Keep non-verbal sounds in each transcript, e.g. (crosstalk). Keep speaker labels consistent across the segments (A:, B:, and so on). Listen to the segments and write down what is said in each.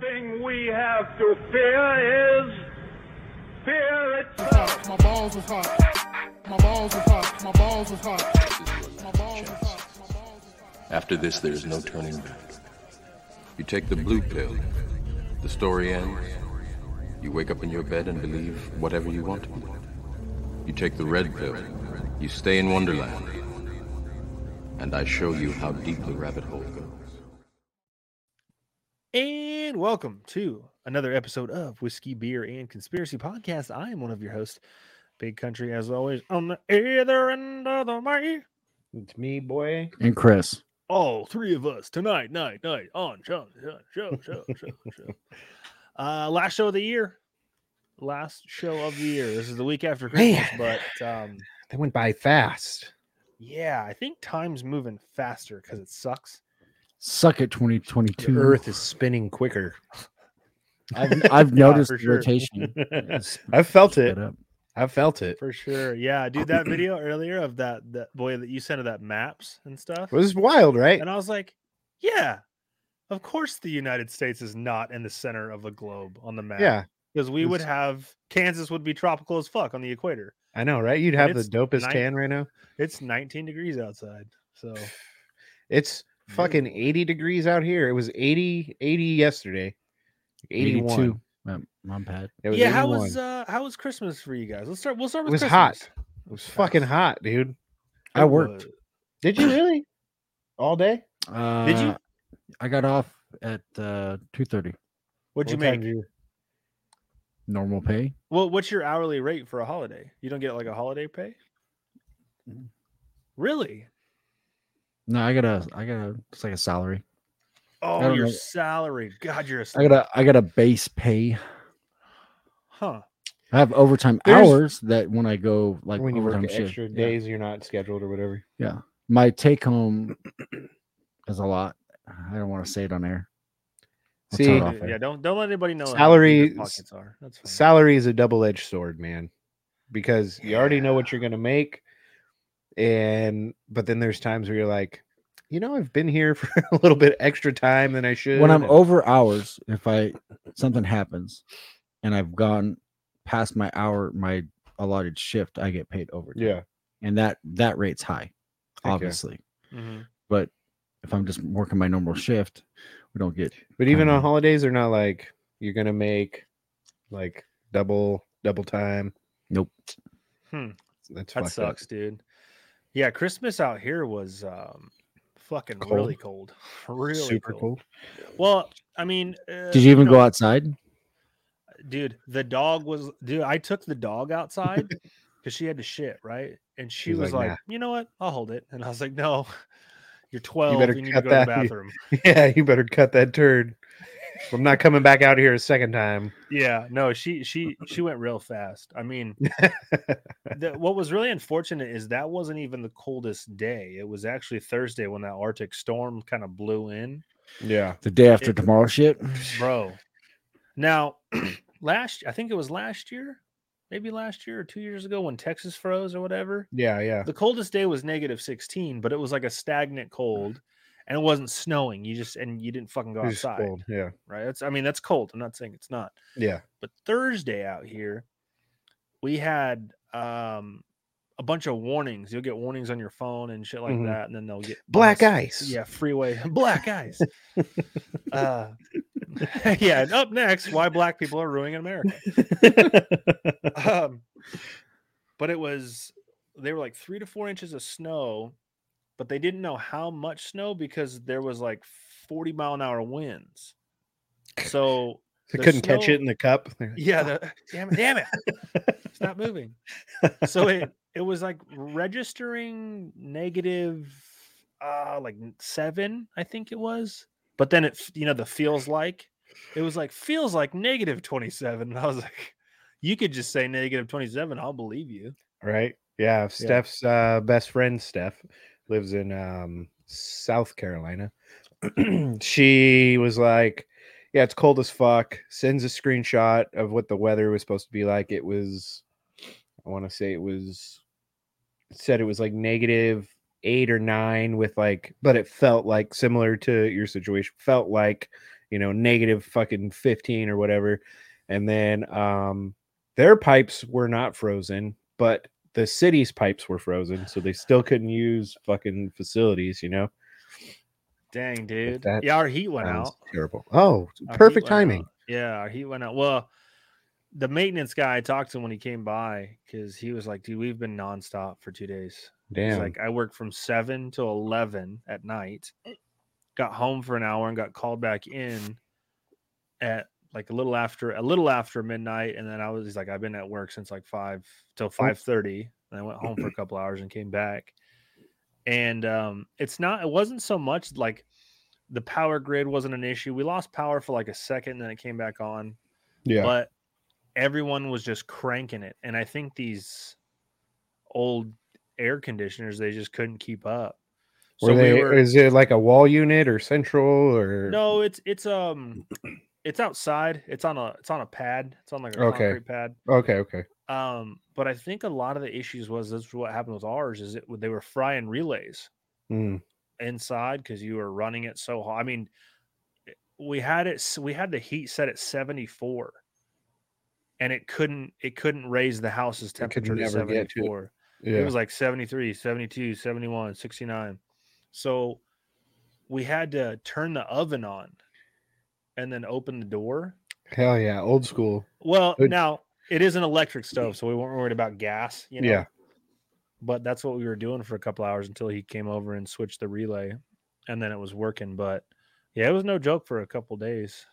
A: thing we have to fear is fear itself.
B: My balls was hot. My balls was hot. My balls was hot. My balls was hot. My balls was hot.
C: After this, there is no turning back. You take the blue pill. The story ends. You wake up in your bed and believe whatever you want to believe. You take the red pill. You stay in Wonderland. And I show you how deep the rabbit hole goes.
D: And welcome to another episode of Whiskey, Beer, and Conspiracy Podcast. I am one of your hosts, Big Country, as always, on the either end of the mic.
E: It's me, boy.
F: and Chris.
D: All three of us tonight, night, night, on show, show, show, show, show,
E: (laughs)
D: show. Uh, last show of the year. Last show of the year. This is the week after Christmas,
E: Man.
D: but
E: (sighs)
D: um,
E: That went by fast.
D: yeah, I think time's moving faster because it sucks.
F: Suck it
E: The
F: 2022.
E: earth is spinning quicker.
F: I've,
E: (laughs)
F: I've
D: (laughs) Yeah,
F: noticed
D: for sure.
F: rotation. It's-
E: I felt
F: sped
E: it.
F: up.
E: I felt it.
D: For sure. Yeah, dude, that video earlier of that, that boy that you sent of that maps and stuff.
E: It was wild, right?
D: And I was like, yeah, of course the United States is not in the center of the globe on the map.
E: Yeah,
D: Because we would
E: it's-
D: have Kansas would be tropical as fuck on the equator.
E: I know, right? You'd
D: And
E: have the
D: it's
E: dopest
D: nine-
E: tan right now.
D: It's 19 degrees outside. So
E: It's fucking 80 degrees out here. It was 80, 80 yesterday. 81.
F: 82. Um, I'm bad.
E: It was
D: yeah, how
E: 81.
D: was uh how was Christmas for you guys? Let's start we'll start
E: it
D: with
E: was
D: Christmas.
E: hot. It was fucking hot, dude.
F: I worked.
D: was-
E: Did you really? All day?
F: Uh,
D: Did you-
F: I got off at uh, 2.30.
D: What'd you
E: What time
D: make?
E: did you-
F: Normal pay.
D: Well, what's your hourly rate for a holiday? You don't get like a holiday pay?
F: Mm.
D: Really?
F: No, I got a, I got a, it's like a salary.
D: Oh,
F: don't
D: your
F: know.
D: salary. God, you're a
F: I got a, I got a base pay.
D: huh.
F: I have overtime
E: There's-
F: hours that when I go like
E: when you work
F: overtime shift.
E: extra
F: yeah.
E: days, you're not scheduled or whatever.
F: My take home is a lot. I don't want to say it on air. I'll tell
E: See,
F: it off air.
D: Yeah, don't don't let anybody know how deep your
E: Salary-
D: pockets are. That's fine.
E: salary is a double-edged sword man because you already know what you're going to make and but then there's times where you're like you know i've been here (laughs) for a little bit extra time than i should
F: when I'm
E: and-
F: over hours, if I something happens and I've gone past my hour, my allotted shift, I get paid over.
E: yeah
F: And that that rate's high,
E: yeah.
F: obviously.
D: Mhm.
F: But if I'm just working my normal shift, we don't get
E: but even on
F: kinda.
E: holidays they're not like you're going to make like double double time
F: Nope.
D: Hmm.
E: that's
D: That
E: fucked
D: sucks, dude. Yeah, Christmas out here was um fucking
E: Cold.
D: really cold. (laughs)
E: up.
D: Really
E: super
D: cold.
E: cold
D: Well, I mean, uh,
F: Did you even go
D: know,
F: outside?
D: dude? The dog was dude. I took the dog outside because she had to shit, right? And she
E: He's
D: was
E: like,
D: like,
E: "Nah."
D: "You know what? I'll hold it." And I was like, "No, (laughs) you're 12. You,
E: better
D: need to
E: cut
D: go
E: that-
D: to the bathroom."
E: (laughs) yeah you better cut that turd i'm not coming back out here a second time
D: Yeah, no, she she she went real fast. I
E: (laughs)
D: mean, the, what was really unfortunate is that wasn't even the coldest day. It was actually Thursday when that Arctic storm kind of blew in,
E: yeah
F: The day after
D: It-
F: tomorrow shit?
D: bro. Now, (clears throat) last I think it was last year, maybe last year or two years ago when Texas froze or whatever.
E: yeah yeah
D: The coldest day was negative sixteen, but it was like a stagnant cold, and it wasn't snowing. You just and you didn't fucking go
E: It's Mm-hmm. just
D: outside,
E: cold, yeah
D: right? That's I mean that's cold. I'm not saying it's not.
E: yeah
D: but Thursday out here, we had um a bunch of warnings. You'll get warnings on your phone and shit like
E: Mhm.
D: that, and then they'll get on
E: black
D: the s-
E: ice
D: Yeah, freeway (laughs) black
E: (laughs)
D: ice. uh, (laughs) yeah, and up next, why black people are ruining America.
E: (laughs)
D: Um, but it was they were like three to four inches of snow, but they didn't know how much snow because there was like forty mile an hour winds. So
E: They
D: The
E: couldn't catch
D: snow-
E: it in the cup. They're like,
D: yeah, the, (laughs) damn it, damn it, it's not moving. So
E: (laughs)
D: it it was like registering negative, uh, like n- seven, I think it was. But then it, f- you know, the feels like it was like feels like negative twenty seven, and (laughs) I was like, you could just say negative twenty seven, I'll believe you.
E: Right. Yeah. Steph's Uh, best friend, Steph, lives in um, South Carolina. (clears throat) she was like, Yeah, it's cold as fuck. Sends a screenshot of what the weather was supposed to be like. It was, I want to say it was, it said it was like negative eight or nine with like, but it felt like similar to your situation, felt like you know, negative fucking 15 or whatever. And then um, their pipes were not frozen, but the city's pipes were frozen. So they still couldn't use fucking facilities, you know?
D: Dang, dude.
E: that
D: Yeah, our heat went
E: Sounds
D: out.
E: Terrible. Oh,
D: Our heat
E: perfect
D: went out.
E: timing.
D: Yeah, our heat went out. Well, the maintenance guy I talked to when he came by because he was like, "Dude, we've been nonstop for two days." He's
E: Damn.
D: like, "I worked from seven to eleven at night, got home for an hour, and got called back in at like a little after a little after midnight, and then I was he's like, I've been at work since like five till five thirty, and I went home for a couple hours and came back." And um, it's not, it wasn't so much like the power grid wasn't an issue. We lost power for like a second, and then it came back on.
E: yeah.
D: But everyone was just cranking it, and I think these old air conditioners they just couldn't keep up.
E: were they, is it like a wall unit or central or
D: no, it's it's um, it's outside. It's on a it's on a pad. It's on like a
E: Okay.
D: concrete pad.
E: Okay, okay.
D: Um, but I think a lot of the issues was this is what happened with ours is it they were frying relays. (laughs)
E: Mm,
D: inside because you were running it so hot. I mean, it- we had it. s- We had the heat set at seventy four, and it couldn't. It couldn't raise the house's
E: could
D: temperature to
E: never
D: seventy
E: get to it.
D: four.
E: yeah.
D: It was like 73, 72, 71, 69. So we had to turn the oven on, and then open the door.
E: Hell yeah, old school.
D: Well,
E: Good.
D: now it is an electric stove, so we weren't worried about gas. You know?
E: Yeah.
D: but that's what we were doing for a couple hours until he came over and switched the relay and then it was working but yeah it was no joke for a couple days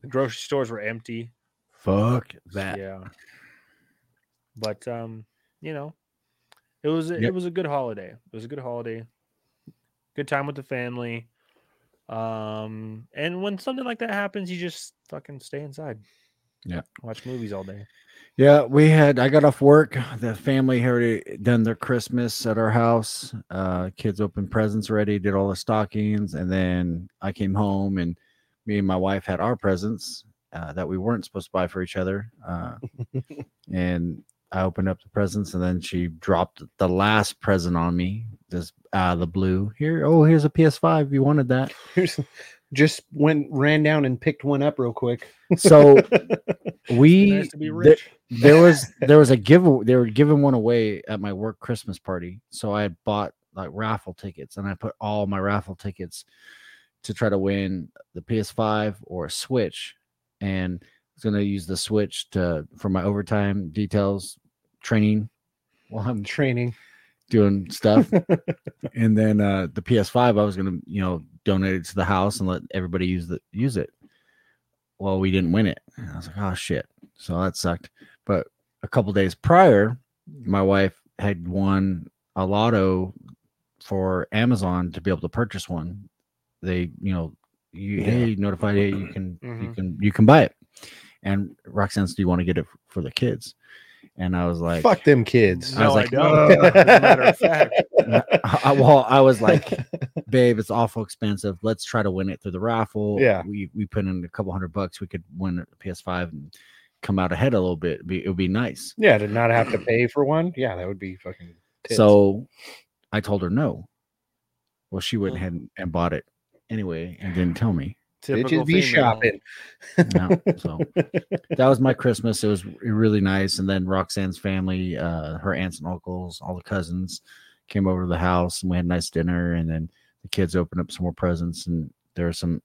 D: the grocery stores were empty
F: Fuck
D: so
F: that.
D: yeah but um you know it was a- it
F: Yep.
D: was a good holiday it was a good holiday good time with the family um and when something like that happens you just fucking stay inside
F: Yeah.
D: watch movies all day
F: Yeah, we had. I got off work. The family had already done their Christmas at our house. Uh, kids opened presents already, did all the stockings, and then I came home and me and my wife had our presents uh, that we weren't supposed to buy for each other.
D: (laughs)
F: Uh, and I opened up the presents, and then she dropped the last present on me, just out of the blue. Here, oh, here's a PS5. You wanted that?
E: Just went ran down and picked one up
D: (laughs)
E: real quick. Oh,
F: So we
D: nice to be
F: th-
D: rich
F: there was there was a give they were giving one away at my work christmas party so i had bought like raffle tickets and i put all my raffle tickets to try to win the ps5 or a switch and I was going to use the switch to for my overtime details training while i'm
E: Training.
F: doing stuff
E: (laughs)
F: and then uh the ps5 i was gonna you know donate it to the house and let everybody use the use it well we didn't win it and i was like oh shit so that sucked but a couple days prior my wife had won a lotto for amazon to be able to purchase one they you know you
E: Yeah. Mm-hmm.
F: hey notified hey you can you
D: Mhm.
F: can you can buy it and roxanne said, do you want to get it for the kids and i was like
E: Fuck them kids.
F: I
D: no
F: was like,
D: i don't as a matter of fact
F: (laughs) I, well, I was like, babe, it's awful expensive. Let's try to win it through the raffle.
E: Yeah.
F: We we put in a couple hundred bucks. We could win a PS5 and come out ahead a little bit. It'd be, it would be nice.
E: (laughs) yeah, to not have to pay for one. Yeah, that would be fucking tits.
F: So I told her no. Well, she went ahead and, and bought it anyway and didn't tell me.
E: bitches be
D: female.
E: shopping.
F: No, so
E: (laughs)
F: that was my Christmas. It was r- really nice. And then Roxanne's family, uh, her aunts and uncles, all the cousins came over to the house and we had a nice dinner. And then the kids opened up some more presents and there were some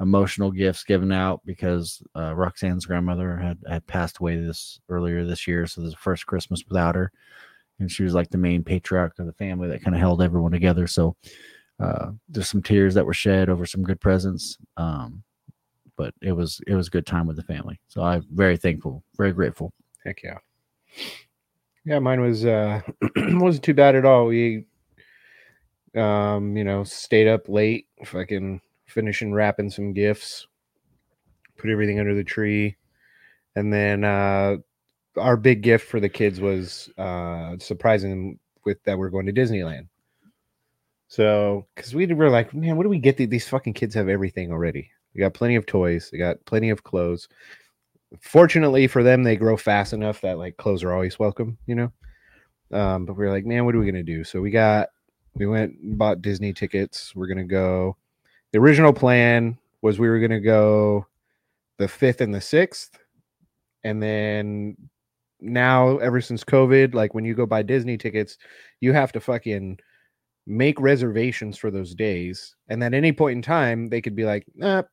F: emotional gifts given out because uh, Roxanne's grandmother had, had passed away this earlier this year. So this is the first Christmas without her. And she was like the main patriarch of the family that kind of held everyone together. So uh, there's some tears that were shed over some good presents. Um, but it was it was a good time with the family. So I'm very thankful, very grateful.
E: Heck yeah. Yeah, mine was uh (clears throat) wasn't too bad at all. We um, you know, stayed up late, fucking finishing wrapping some gifts, put everything under the tree, and then uh our big gift for the kids was uh surprising them with that we're going to Disneyland. So, because we were like, man, what do we get? the- These fucking kids have everything already. They got plenty of toys. They got plenty of clothes. Fortunately for them, they grow fast enough that like clothes are always welcome, you know. Um, but we were like, man, what are we gonna do? So we got, we went and bought Disney tickets. We're gonna go. The original plan was we were gonna go the fifth and the sixth, and then now ever since COVID, like when you go buy Disney tickets, you have to fucking make reservations for those days, and at any point in time, they could be like, "Nah,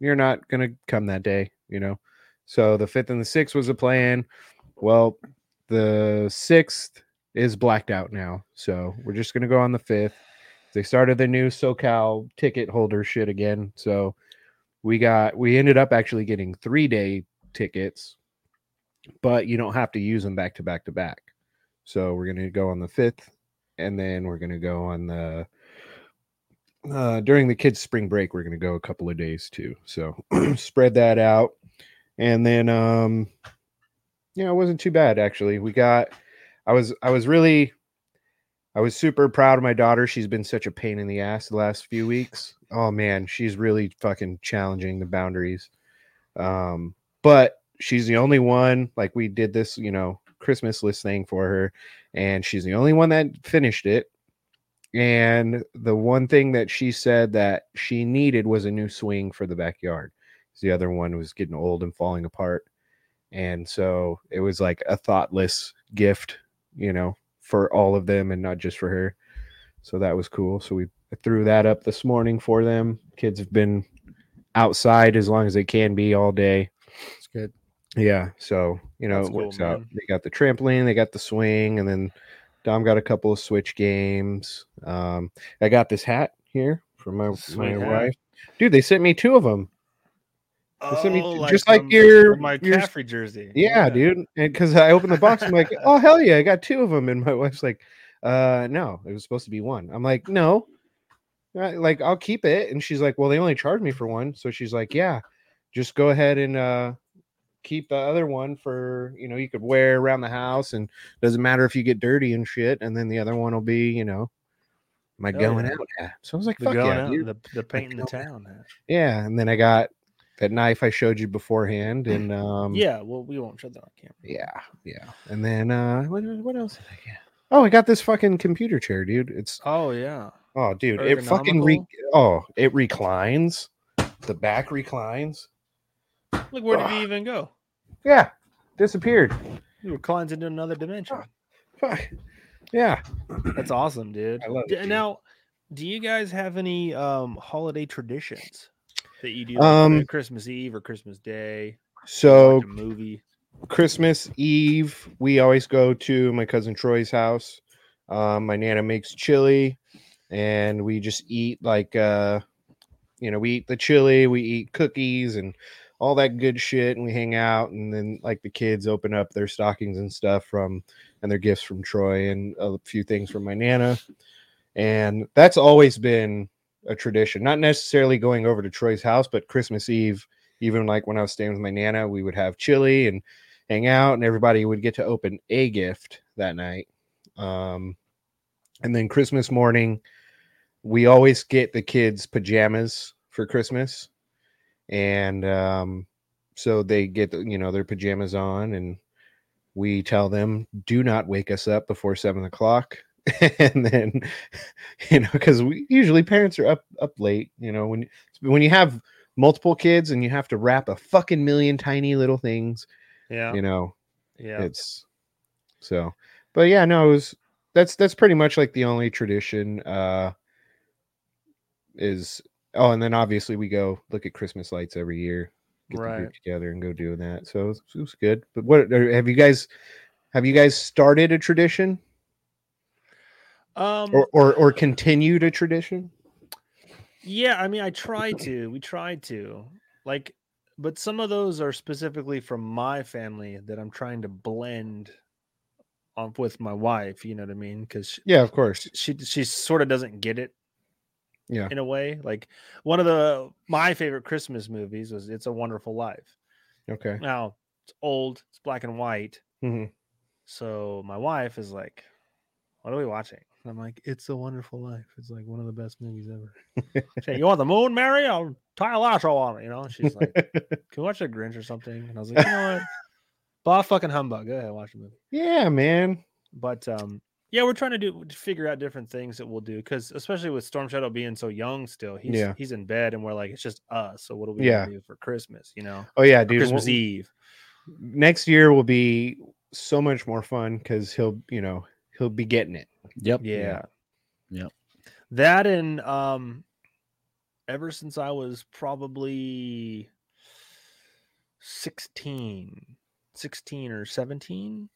E: you're not gonna come that day," you know. So the fifth and the sixth was a plan. Well, the sixth is blacked out now, so we're just gonna go on the fifth. They started the new SoCal ticket holder shit again, so we got we ended up actually getting three day tickets, but you don't have to use them back to back to back. So we're gonna go on the fifth, and then we're gonna go on the uh, during the kids' spring break. We're gonna go a couple of days too. So (clears throat) spread that out, and then um, yeah, it wasn't too bad actually. We got I was I was really I was super proud of my daughter. She's been such a pain in the ass the last few weeks. Oh man, she's really fucking challenging the boundaries. Um, but she's the only one. Like we did this, you know, Christmas list thing for her, and she's the only one that finished it. And the one thing that she said that she needed was a new swing for the backyard. 'cause The other one was getting old and falling apart. And so it was like a thoughtless gift, you know, for all of them and not just for her. So that was cool. So we threw that up this morning for them. Kids have been outside as long as they can be all day.
F: It's good.
E: Yeah. So, you know,
D: That's
E: it
D: cool,
E: works out.
D: man.
E: They got the trampoline, they got the swing, and then Dom got a couple of Switch games. Um, I got this hat here from my, my
D: Sweet hat.
E: wife. Dude, they sent me two of them. They sent me
D: Oh,
E: t- just like
D: um,
E: your-
D: my
E: your-
D: McCaffrey jersey.
E: Yeah, dude. Because I opened the box, I'm like, oh, hell yeah, I got two of them. And my wife's like, uh, no, it was supposed to be one. I'm like, no, Uh, like I'll keep it. And she's like, well, they only charged me for one. So she's like, yeah, just go ahead and uh, keep the other one for, you know, you could wear around the house and doesn't matter if you get dirty and shit. And then the other one will be, you know, my
D: Hell
E: going
D: yeah.
E: out hat. So I was like,
D: The
E: fuck
D: going
E: yeah,
D: out,
E: dude.
D: the, the paint in the
E: going
D: town. hat.
E: yeah. And then I got that knife I showed you
D: (laughs)
E: beforehand. And um,
D: yeah, well, we won't show that on camera.
E: yeah, yeah. And then uh what, what else did I get? Oh, I got this fucking computer chair, dude. It's
D: Oh yeah,
E: oh dude, it fucking re-
D: Ergonomical?
E: oh, it reclines. The back reclines.
D: look where did he even go?
E: Yeah. Disappeared.
D: He reclines into another dimension.
E: Fuck. (clears throat) Yeah.
D: That's awesome, dude.
E: I love
D: D-
E: it, dude.
D: Now, do you guys have any um holiday traditions that you do like,
E: Um,
D: uh, Christmas Eve or Christmas Day?
E: So
D: Watch a movie.
E: Christmas Eve, we always go to my cousin Troy's house. Um, my nana makes chili, and we just eat like uh, you know, we eat the chili, we eat cookies, and all that good shit, and we hang out, and then like the kids open up their stockings and stuff from and their gifts from Troy and a few things from my nana, and that's always been a tradition. Not necessarily going over to Troy's house, but Christmas Eve. Even like when I was staying with my nana, we would have chili and hang out and everybody would get to open a gift that night um and then christmas morning we always get the kids pajamas for christmas and um so they get you know their pajamas on and we tell them do not wake us up before seven o'clock (laughs) and then (laughs) you know because we usually parents are up up late you know when when you have multiple kids and you have to wrap a fucking million tiny little things
D: Yeah,
E: you know
D: yeah.
E: it's so but yeah no it was that's that's pretty much like the only tradition uh is oh and then obviously we go look at christmas lights every year get the group
D: Right.
E: together and go do that so it was, it was good but what are- have you guys have you guys started a tradition
D: Um,
E: or or, or continued a tradition
D: Yeah, I mean, I try to. We try to. Like, but some of those are specifically from my family that I'm trying to blend on with my wife. You know what I mean? Because
E: yeah of course
D: she she sort of doesn't get it.
E: Yeah.
D: In a way, like one of the my favorite Christmas movies was "It's a Wonderful Life."
E: okay (laughs)
D: Now it's old, it's black and white,
E: Mhm.
D: so my wife is like, "What are we watching?" And I'm like, "It's a Wonderful Life. It's like one of the best movies ever."
E: (laughs)
D: She's like, you want the moon, Mary? I'll tie a lasso on it. You know? And She's
E: (laughs)
D: like, "Can we watch the Grinch or something?" And I was like, "You know what? Bah fucking humbug. Go ahead, watch the movie."
E: yeah man
D: But um, Yeah, we're trying to do to figure out different things that we'll do because especially with Storm Shadow being so young still, he's
E: Yeah.
D: he's in bed and we're like, it's just us. So what do we
E: Yeah.
D: do for Christmas? You know,
E: Oh yeah,
D: Or
E: dude.
D: Christmas
E: w-
D: Eve.
E: Next year will be so much more fun because he'll, you know, he'll be getting it.
F: Yep.
D: Yeah.
F: Yep.
D: That and um ever since I was probably 16, 16 or 17,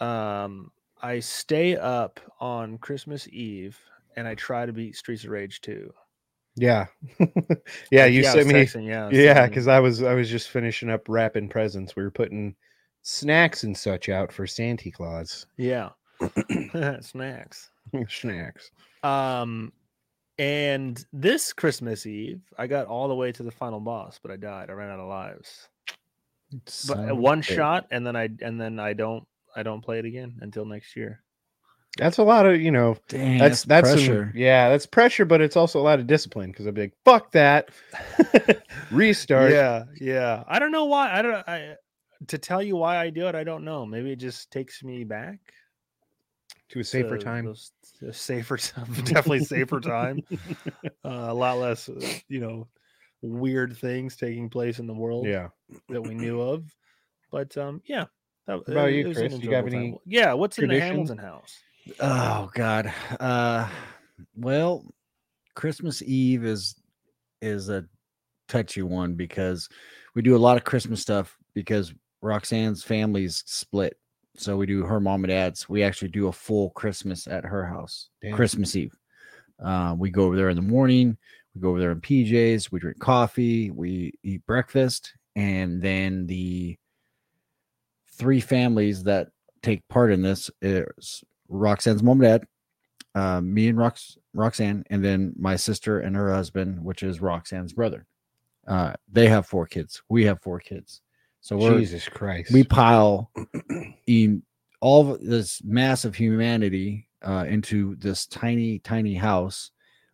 D: um I stay up on Christmas Eve and I try to beat Streets of Rage 2.
E: Yeah, (laughs) yeah.
D: Like,
E: You
D: I
E: sent
D: was
E: me.
D: texting, yeah, I was
E: Yeah,
D: texting.
E: because I was I was just finishing up wrapping presents. We were putting snacks and such out for Santa Claus. (laughs) (clears throat)
D: yeah, (laughs) snacks.
E: snacks.
D: Um, and this Christmas Eve, I got all the way to the final boss, but I died. I ran out of lives. But
F: Son of a
D: one
F: bitch.
D: shot, and then I and then I don't I don't play it again until next year.
E: That's a lot of you know.
F: Dang,
E: That's that's, some-
F: pressure.
E: yeah, that's pressure, but it's also a lot of discipline because I'd be like, fuck that, restart.
D: Yeah, yeah. I don't know why. I don't. I to tell you why I do it, I don't know. Maybe it just takes me back.
E: to a safer
D: to
E: time.
D: those- to safer (laughs) time. Definitely safer
F: (laughs)
D: time. uh, a lot less, uh, you know, weird things taking place in the world.
E: Yeah.
D: that we
E: (clears throat)
D: knew of. But um, yeah. That,
E: What about
D: it-
E: you,
D: it was an
E: Chris? You got
D: enjoyable time.
E: any
D: Yeah, what's in the
E: traditions?
D: Hamilton house?
F: Oh God. Uh, well, Christmas Eve is is a touchy one because we do a lot of Christmas stuff because Roxanne's family's split. So we do her mom and dad's. We actually do a full Christmas at her house,
E: Damn.
F: Christmas Eve. Uh, we go over there in the morning. We go over there in PJs. We drink coffee. We eat breakfast, and then the three families that take part in this is Roxanne's mom and dad, uh, me and Rox- Roxanne, and then my sister and her husband, which is Roxanne's brother. Uh, they have four kids. We have four kids. So we're
E: Jesus Christ.
F: we pile in all of this mass of humanity uh, into this tiny, tiny house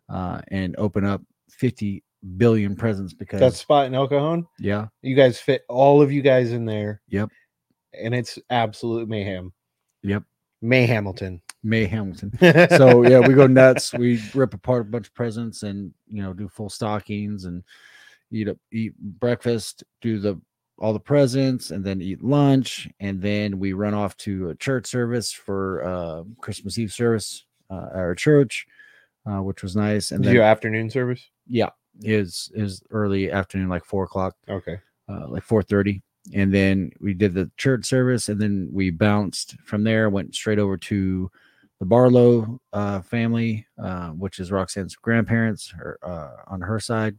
F: uh, and open up 50 billion presents because
E: that spot in El Cajon.
F: yeah,
E: You guys fit all of you guys in there.
F: Yep.
E: And it's absolute mayhem.
F: Yep.
E: May Hamilton.
F: May Hamilton.
E: (laughs)
F: so yeah, we go nuts. We rip apart a bunch of presents and you know do full stockings and eat up eat breakfast, do the all the presents, and then eat lunch, and then we run off to a church service for uh, Christmas Eve service uh, at our church, uh, which was nice. And
E: Did
F: then
E: you afternoon service?
F: yeah, is is early afternoon, like four o'clock
E: Okay.
F: uh, like 4:30, and then we did the church service, and then we bounced from there, went straight over to the Barlow uh, family, uh, which is Roxanne's grandparents, her uh, on her side,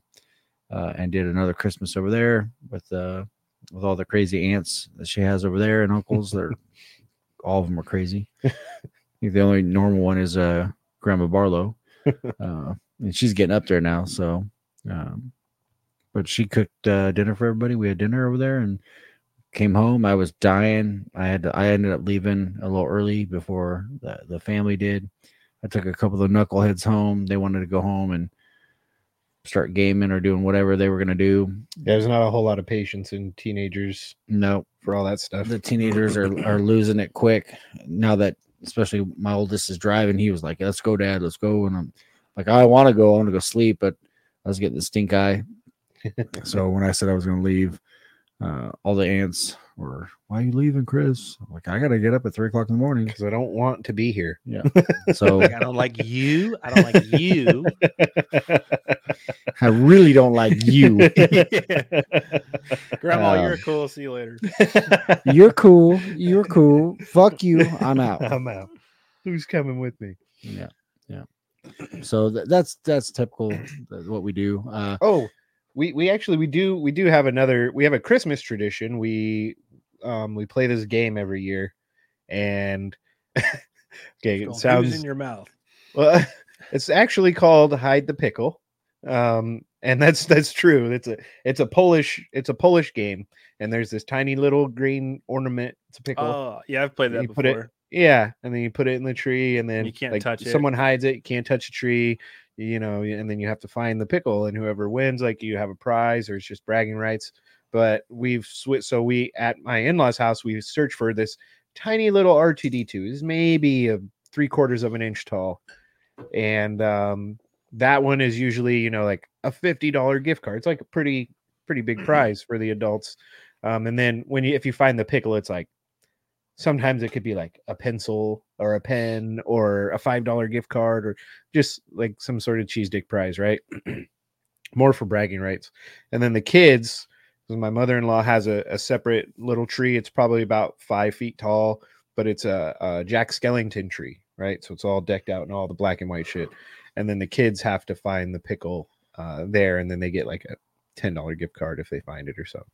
F: uh, and did another Christmas over there with uh, with all the crazy aunts that she has over there and uncles. They're all of them are crazy. (laughs) I think the only normal one is uh, Grandma Barlow, uh, and she's getting up there now, so. Um, but she cooked uh, dinner for everybody. We had dinner over there and came home. I was dying. I had to, I ended up leaving a little early before the, the family did. I took a couple of the knuckleheads home. They wanted to go home and start gaming or doing whatever they were going to do.
E: There's not a whole lot of patience in teenagers
F: No,
E: for all that stuff.
F: the teenagers are, are losing it quick now that especially my oldest is driving. He was like, let's go dad, let's go. And I'm like, I want to go, I want to go sleep, but I was getting the stink eye.
D: (laughs)
F: so when I said I was going to leave, uh, all the ants were, why are you leaving Chris? I'm like, I got to get up at three o'clock in the morning.
E: Because I don't want to be here.
F: So
D: Like, (laughs) I don't like you. I don't like you.
F: (laughs) I really don't like you.
D: Grandma,
E: (laughs)
F: Um,
D: you're cool. See you later.
F: You're cool. You're cool. Fuck you.
E: (laughs)
F: I'm out.
E: I'm out. Who's coming with me?
F: Yeah. Yeah. So th- that's, that's typical that's what we do. Uh,
E: Oh, we we actually we do we do have another we have a Christmas tradition. We um we play this game every year, and (laughs) okay,
D: Don't
E: it
D: use
E: sounds
D: in your mouth.
E: well. (laughs) It's actually called hide the pickle, um, and that's that's true. It's a it's a Polish it's a Polish game, and there's this tiny little green ornament. It's a pickle.
D: Oh, yeah, I've played that
E: You
D: before.
E: put it- Yeah, and then you put it in the tree, and then
D: You can't
E: like,
D: touch it.
E: Someone hides it. You can't touch a tree. You know, and then you have to find the pickle, and whoever wins, like you have a prize, or it's just bragging rights. But we've switched. So we at my in-laws' house, we search for this tiny little R two D two. Is maybe a three quarters of an inch tall, and um, that one is usually you know like a fifty dollar gift card. It's like a pretty
D: (clears throat)
E: pretty big prize for the adults. Um, and then when you if you find the pickle, it's like sometimes it could be like a pencil or a pen or a five dollar gift card or just like some sort of cheese dick prize, right? (clears throat) More for bragging rights. And then the kids, 'cause my mother in law has a, a separate little tree. It's probably about five feet tall, but it's a, a Jack Skellington tree, right? So it's all decked out and all the black and white shit. And then the kids have to find the pickle uh, there, and then they get like a ten dollar gift card if they find it or something.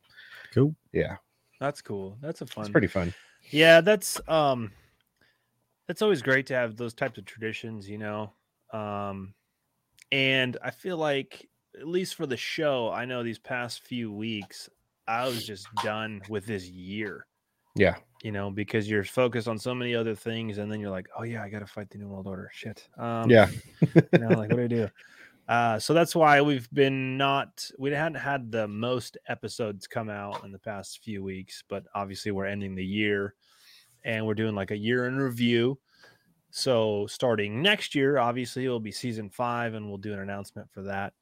F: Cool.
E: Yeah,
D: That's cool. That's a fun.
E: it's pretty fun.
D: Yeah, that's um that's always great to have those types of traditions, you know. Um and I feel like at least for the show, I know these past few weeks I was just done with this year,
E: Yeah,
D: you know, because you're focused on so many other things and then you're like, "Oh yeah, I got to fight the new world order." Shit. Um
E: yeah.
D: you know, like what do I do? Uh, so that's why we've been not we hadn't had the most episodes come out in the past few weeks, but obviously we're ending the year and we're doing like a year in review. So starting next year, obviously it'll be season five, and we'll do an announcement for that.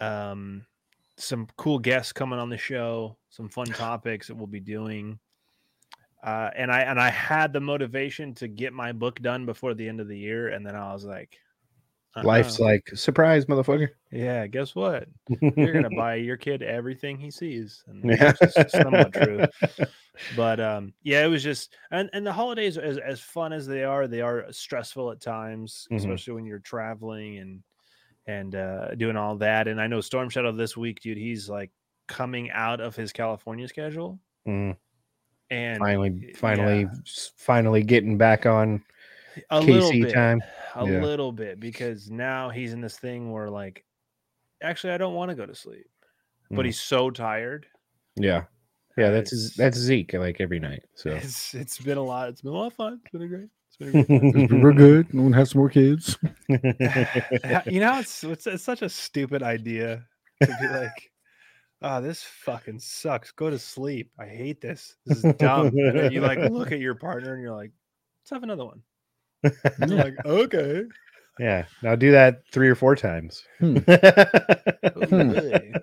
D: Um, some cool guests coming on the show, some fun topics that we'll be doing. Uh, and I and I had the motivation to get my book done before the end of the year, and then I was like,
E: Life's
D: uh-uh.
E: like surprise, motherfucker.
D: Yeah, guess what? You're
E: (laughs)
D: gonna buy your kid everything he sees, and that's just somewhat
E: (laughs)
D: true. But um, yeah, it was just and and the holidays, as as fun as they are, they are stressful at times,
E: Mhm.
D: especially when you're traveling and and uh, doing all that. And I know Storm Shadow this week, dude, he's like coming out of his California schedule,
E: Mm,
D: and
E: finally,
D: yeah.
E: finally, s- finally getting back on.
D: a little
E: KC
D: bit,
E: time.
D: a
E: Yeah.
D: little bit, because now he's in this thing where like, actually, I don't want to go to sleep, but
E: Mm.
D: he's so tired.
E: Yeah, yeah.
D: Uh,
E: That's
D: it's-
E: that's Zeke like every night.
D: (laughs)
E: So (laughs)
D: It's it's been a lot. It's been a lot of fun. It's been a great. It's been (laughs) a great.
F: We're good. We want to have some more kids.
D: time. you know, it's, it's it's such a stupid idea to be (laughs) like, "Oh, this fucking sucks. Go to sleep. I hate this. This is dumb." And then you like look at your partner and you're like, "Let's have another one." (laughs) And they're like, "Okay."
E: (laughs) yeah, now do that three or four times.
F: Hmm. Hmm.
D: Really?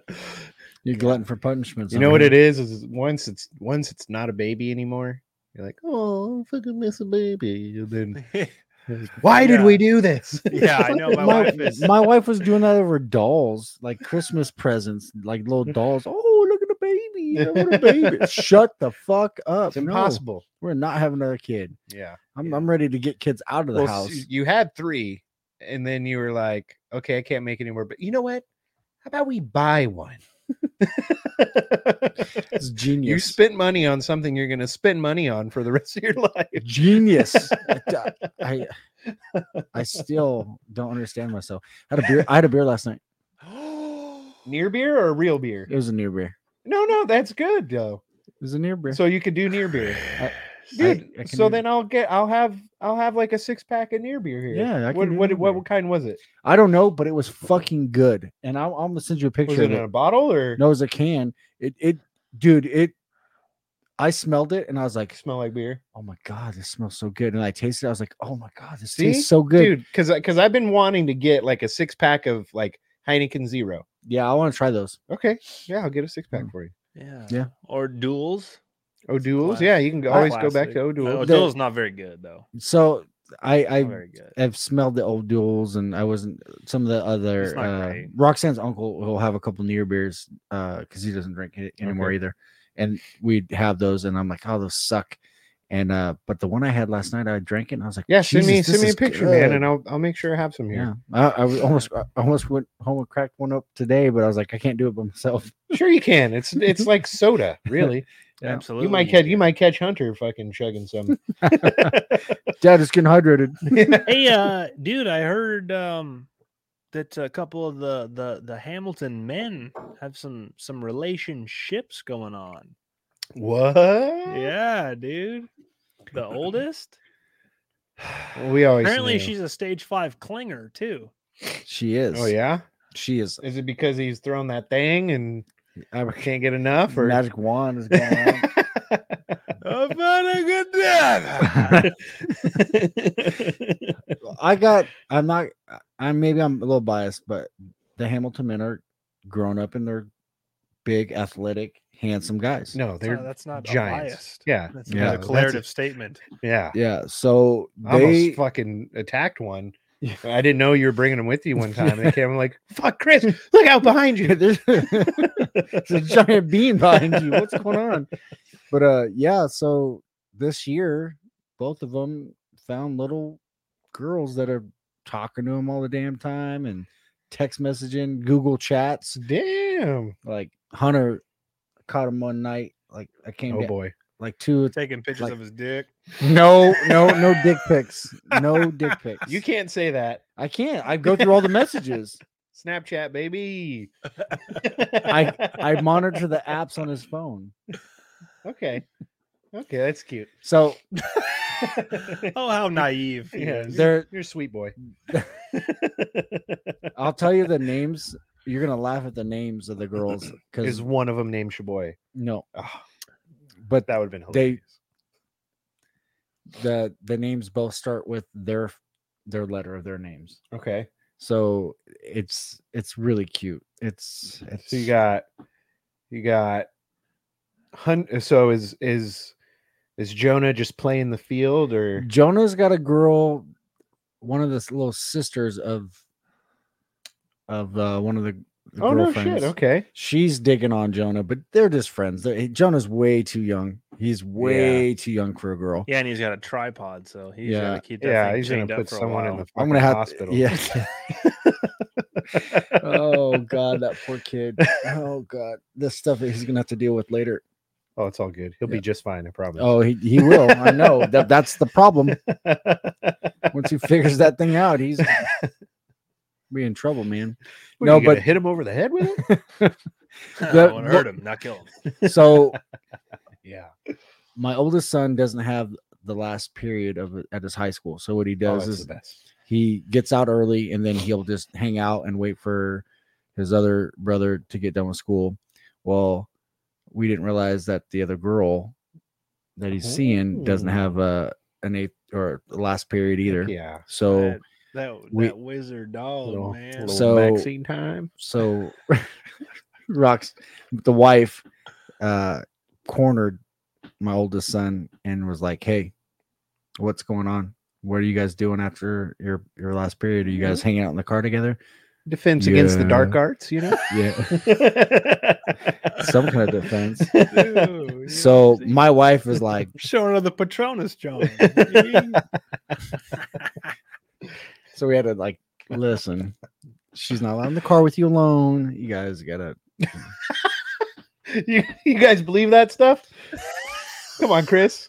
F: You're glutton for punishment.
E: (laughs) You know what it is? Is once it's once it's not a baby anymore. You're like, oh, I fucking miss a baby. And then it's, why did
D: Yeah.
E: we do (laughs) this?
D: yeah, I know. My
F: my,
D: wife is.
F: my wife was doing that over dolls, like Christmas presents, like little
E: (laughs)
F: dolls. Oh, look at the baby! I want a baby. Shut the fuck up!
E: It's
F: No,
E: impossible.
F: we're not having another kid.
E: Yeah.
F: I'm,
D: Yeah.
F: I'm ready to get kids out of the
E: Well,
F: house.
E: s- you had three, and then you were like, okay, I can't make any more. But you know what? How about we buy one? (laughs)
F: It's genius.
E: You spent money on something you're going to spend money on for the rest of your (laughs) life. (laughs)
F: genius. I d- I, I still don't understand myself. I had a beer. I had a beer last night.
E: near beer or real beer?
F: It was a near beer.
E: No, no, that's good though.
F: It was a near beer.
E: So you could do near beer,
F: I-
E: dude.
F: (sighs) I can
E: so
F: do-
E: then I'll get, I'll have, I'll have like a six pack of near beer here.
F: Yeah, I
E: What,
F: can do
E: what,
F: near
E: what,
F: beer.
E: kind was it?
F: I don't know, but it was fucking good. And I'm, I'm gonna send you a picture.
E: Was it
F: of
E: in a bottle or
F: No, it was a can. It it dude, it I smelled it and I was like,
E: smell like beer?
F: oh my god, this smells so good. And I tasted it, I was like, oh my god, this
E: See?
F: tastes so good.
E: Dude, because because I've been wanting to get like a six pack of like Heineken Zero.
F: Yeah, I want to try those.
E: Okay, yeah, I'll get a six
F: Mm.
E: pack for you.
D: yeah.
F: Yeah.
D: Or duels.
E: O'Doul's, yeah, you can go, always go back
D: Classic.
E: to
D: No,
F: Oh,
E: O'Doul's.
D: O'Doul's not very good though.
F: So I
D: Not
F: I
D: very good.
F: have smelled the old duels and I wasn't some of the other
D: not
F: uh,
D: great.
F: Roxanne's uncle will have a couple near beers uh because he doesn't drink it anymore
E: Okay.
F: either. And we'd have those and I'm like, oh those suck. And uh but the one I had last night I drank it and I was like,
E: Yeah, send me
F: "Jesus,
E: send
F: this
E: me a
F: is
E: picture, man,
F: good."
E: and I'll I'll make sure I have some
F: Yeah,
E: here.
F: I, I was almost I almost went home and cracked one up today, but I was like, I can't do it
E: (laughs)
F: by myself.
E: Sure, you can.
F: (laughs)
E: It's it's like soda, really.
F: Yeah.
D: Absolutely.
E: you might catch you might catch Hunter fucking chugging
F: (laughs)
E: some. (laughs)
F: Dad is getting hydrated.
D: hey uh dude i heard um that a couple of the the the hamilton men have some some relationships going on
E: what?
D: Mm. yeah dude the oldest
E: We always
D: apparently
E: knew.
D: she's a stage five clinger (laughs) too
F: She is.
E: Oh yeah.
F: she is.
E: Is it because he's thrown that thing and
F: I
E: can't get enough? Or
F: (laughs) magic wand is going on.
E: I've had a good
D: (laughs)
E: (laughs) time.
F: I got. I'm not. I maybe I'm a little biased, but the Hamilton men are grown up and they're big, athletic, handsome
E: (laughs)
F: guys.
E: no,
D: That's not-
E: they're
D: that's not
E: giants.
D: biased.
E: Yeah,
D: That's
F: Yeah,
D: a
E: that's
D: declarative
E: it.
D: statement.
E: yeah.
F: Yeah. So
E: I
F: they.
E: almost fucking attacked one.
F: Yeah.
E: I didn't know you were bringing them with you one time. And they came I'm like, (laughs) "Fuck, Chris, look out behind (laughs) you!"
F: there's, there's (laughs) a giant bean behind you. What's going on? But uh, yeah. So this year, both of them found little girls that are talking to them all the damn time and text messaging, Google chats.
E: (laughs) Damn.
F: Like Hunter caught him one night. Like I came
E: Oh
F: down,
E: boy.
F: like two.
D: Taking pictures
F: Like-
D: of his (laughs) dick.
F: No, no, no dick pics. No dick pics.
E: You can't say that.
F: I can't. I go through all the messages.
E: Snapchat, baby.
F: I I monitor the apps on his phone.
E: okay. Okay, that's cute.
F: So
D: Oh, how naive. he
E: yeah,
D: is.
E: you're,
F: They're-
E: you're a sweet boy.
F: I'll tell you the names. You're gonna laugh at the names of the girls because
E: Is one of them named Shaboy?
F: no,
E: Oh,
F: but
E: that would have been hilarious.
F: They- the the names both start with their their letter of their names.
E: okay.
F: So it's it's really cute. It's it's
E: So you got you got hun so is is is Jonah just playing the field or
F: Jonah's got a girl, one of the s- little sisters of of uh, one of the, the
E: Oh no
F: girlfriends.
E: shit, okay.
F: She's digging on Jonah, but they're just friends. They're, Jonah's way too young. He's way too young for a girl.
D: Yeah, and he's got a tripod, so he's
F: Yeah.
D: got to keep that
E: Yeah,
D: thing
E: he's gonna
D: chained up
E: put
D: for a
E: someone in
D: while.
E: the
F: I'm gonna have
E: hospital.
F: to. Yeah. (laughs) oh god, that poor kid. Oh god, this stuff that he's gonna have to deal with later.
E: (laughs) oh, it's all good. He'll
F: Yeah.
E: be just fine, I promise. (laughs)
F: Oh, he, he will. I know that that's the problem. Once he figures that thing out, he's be in trouble, man.
E: What,
F: no,
E: you gonna
F: but-
E: hit him over the head with it?
D: (laughs) I
F: the-
D: want to hurt him, not kill him.
F: So
E: yeah.
F: my oldest son doesn't have the last period of it at his high school. So what he
E: Oh,
F: does
E: that's
F: is
E: the best.
F: he gets out early and then he'll just hang out and wait for his other brother to get done with school. Well, we didn't realize that the other girl that he's seeing doesn't
E: Ooh.
F: have a an eighth or the last period either.
E: Yeah.
F: So
D: that, that,
F: we-
D: that wizard dog,
E: Little-
D: Oh, man.
E: little
F: So-
E: vaccine time.
F: so (laughs) rocks the wife uh cornered my oldest son and was like hey what's going on what are you guys doing after your your last period are you guys hanging out in the car together
E: Defense against the dark
F: Yeah.
E: arts, you (laughs) know?
F: yeah some kind of defense
D: Dude, you
F: so
D: see-
F: my wife is like
D: showing her the Patronus John.
F: (laughs) so we had to like listen she's not allowed in the car with you alone you guys gotta
E: (laughs) you, you guys believe that stuff? Come on, Chris.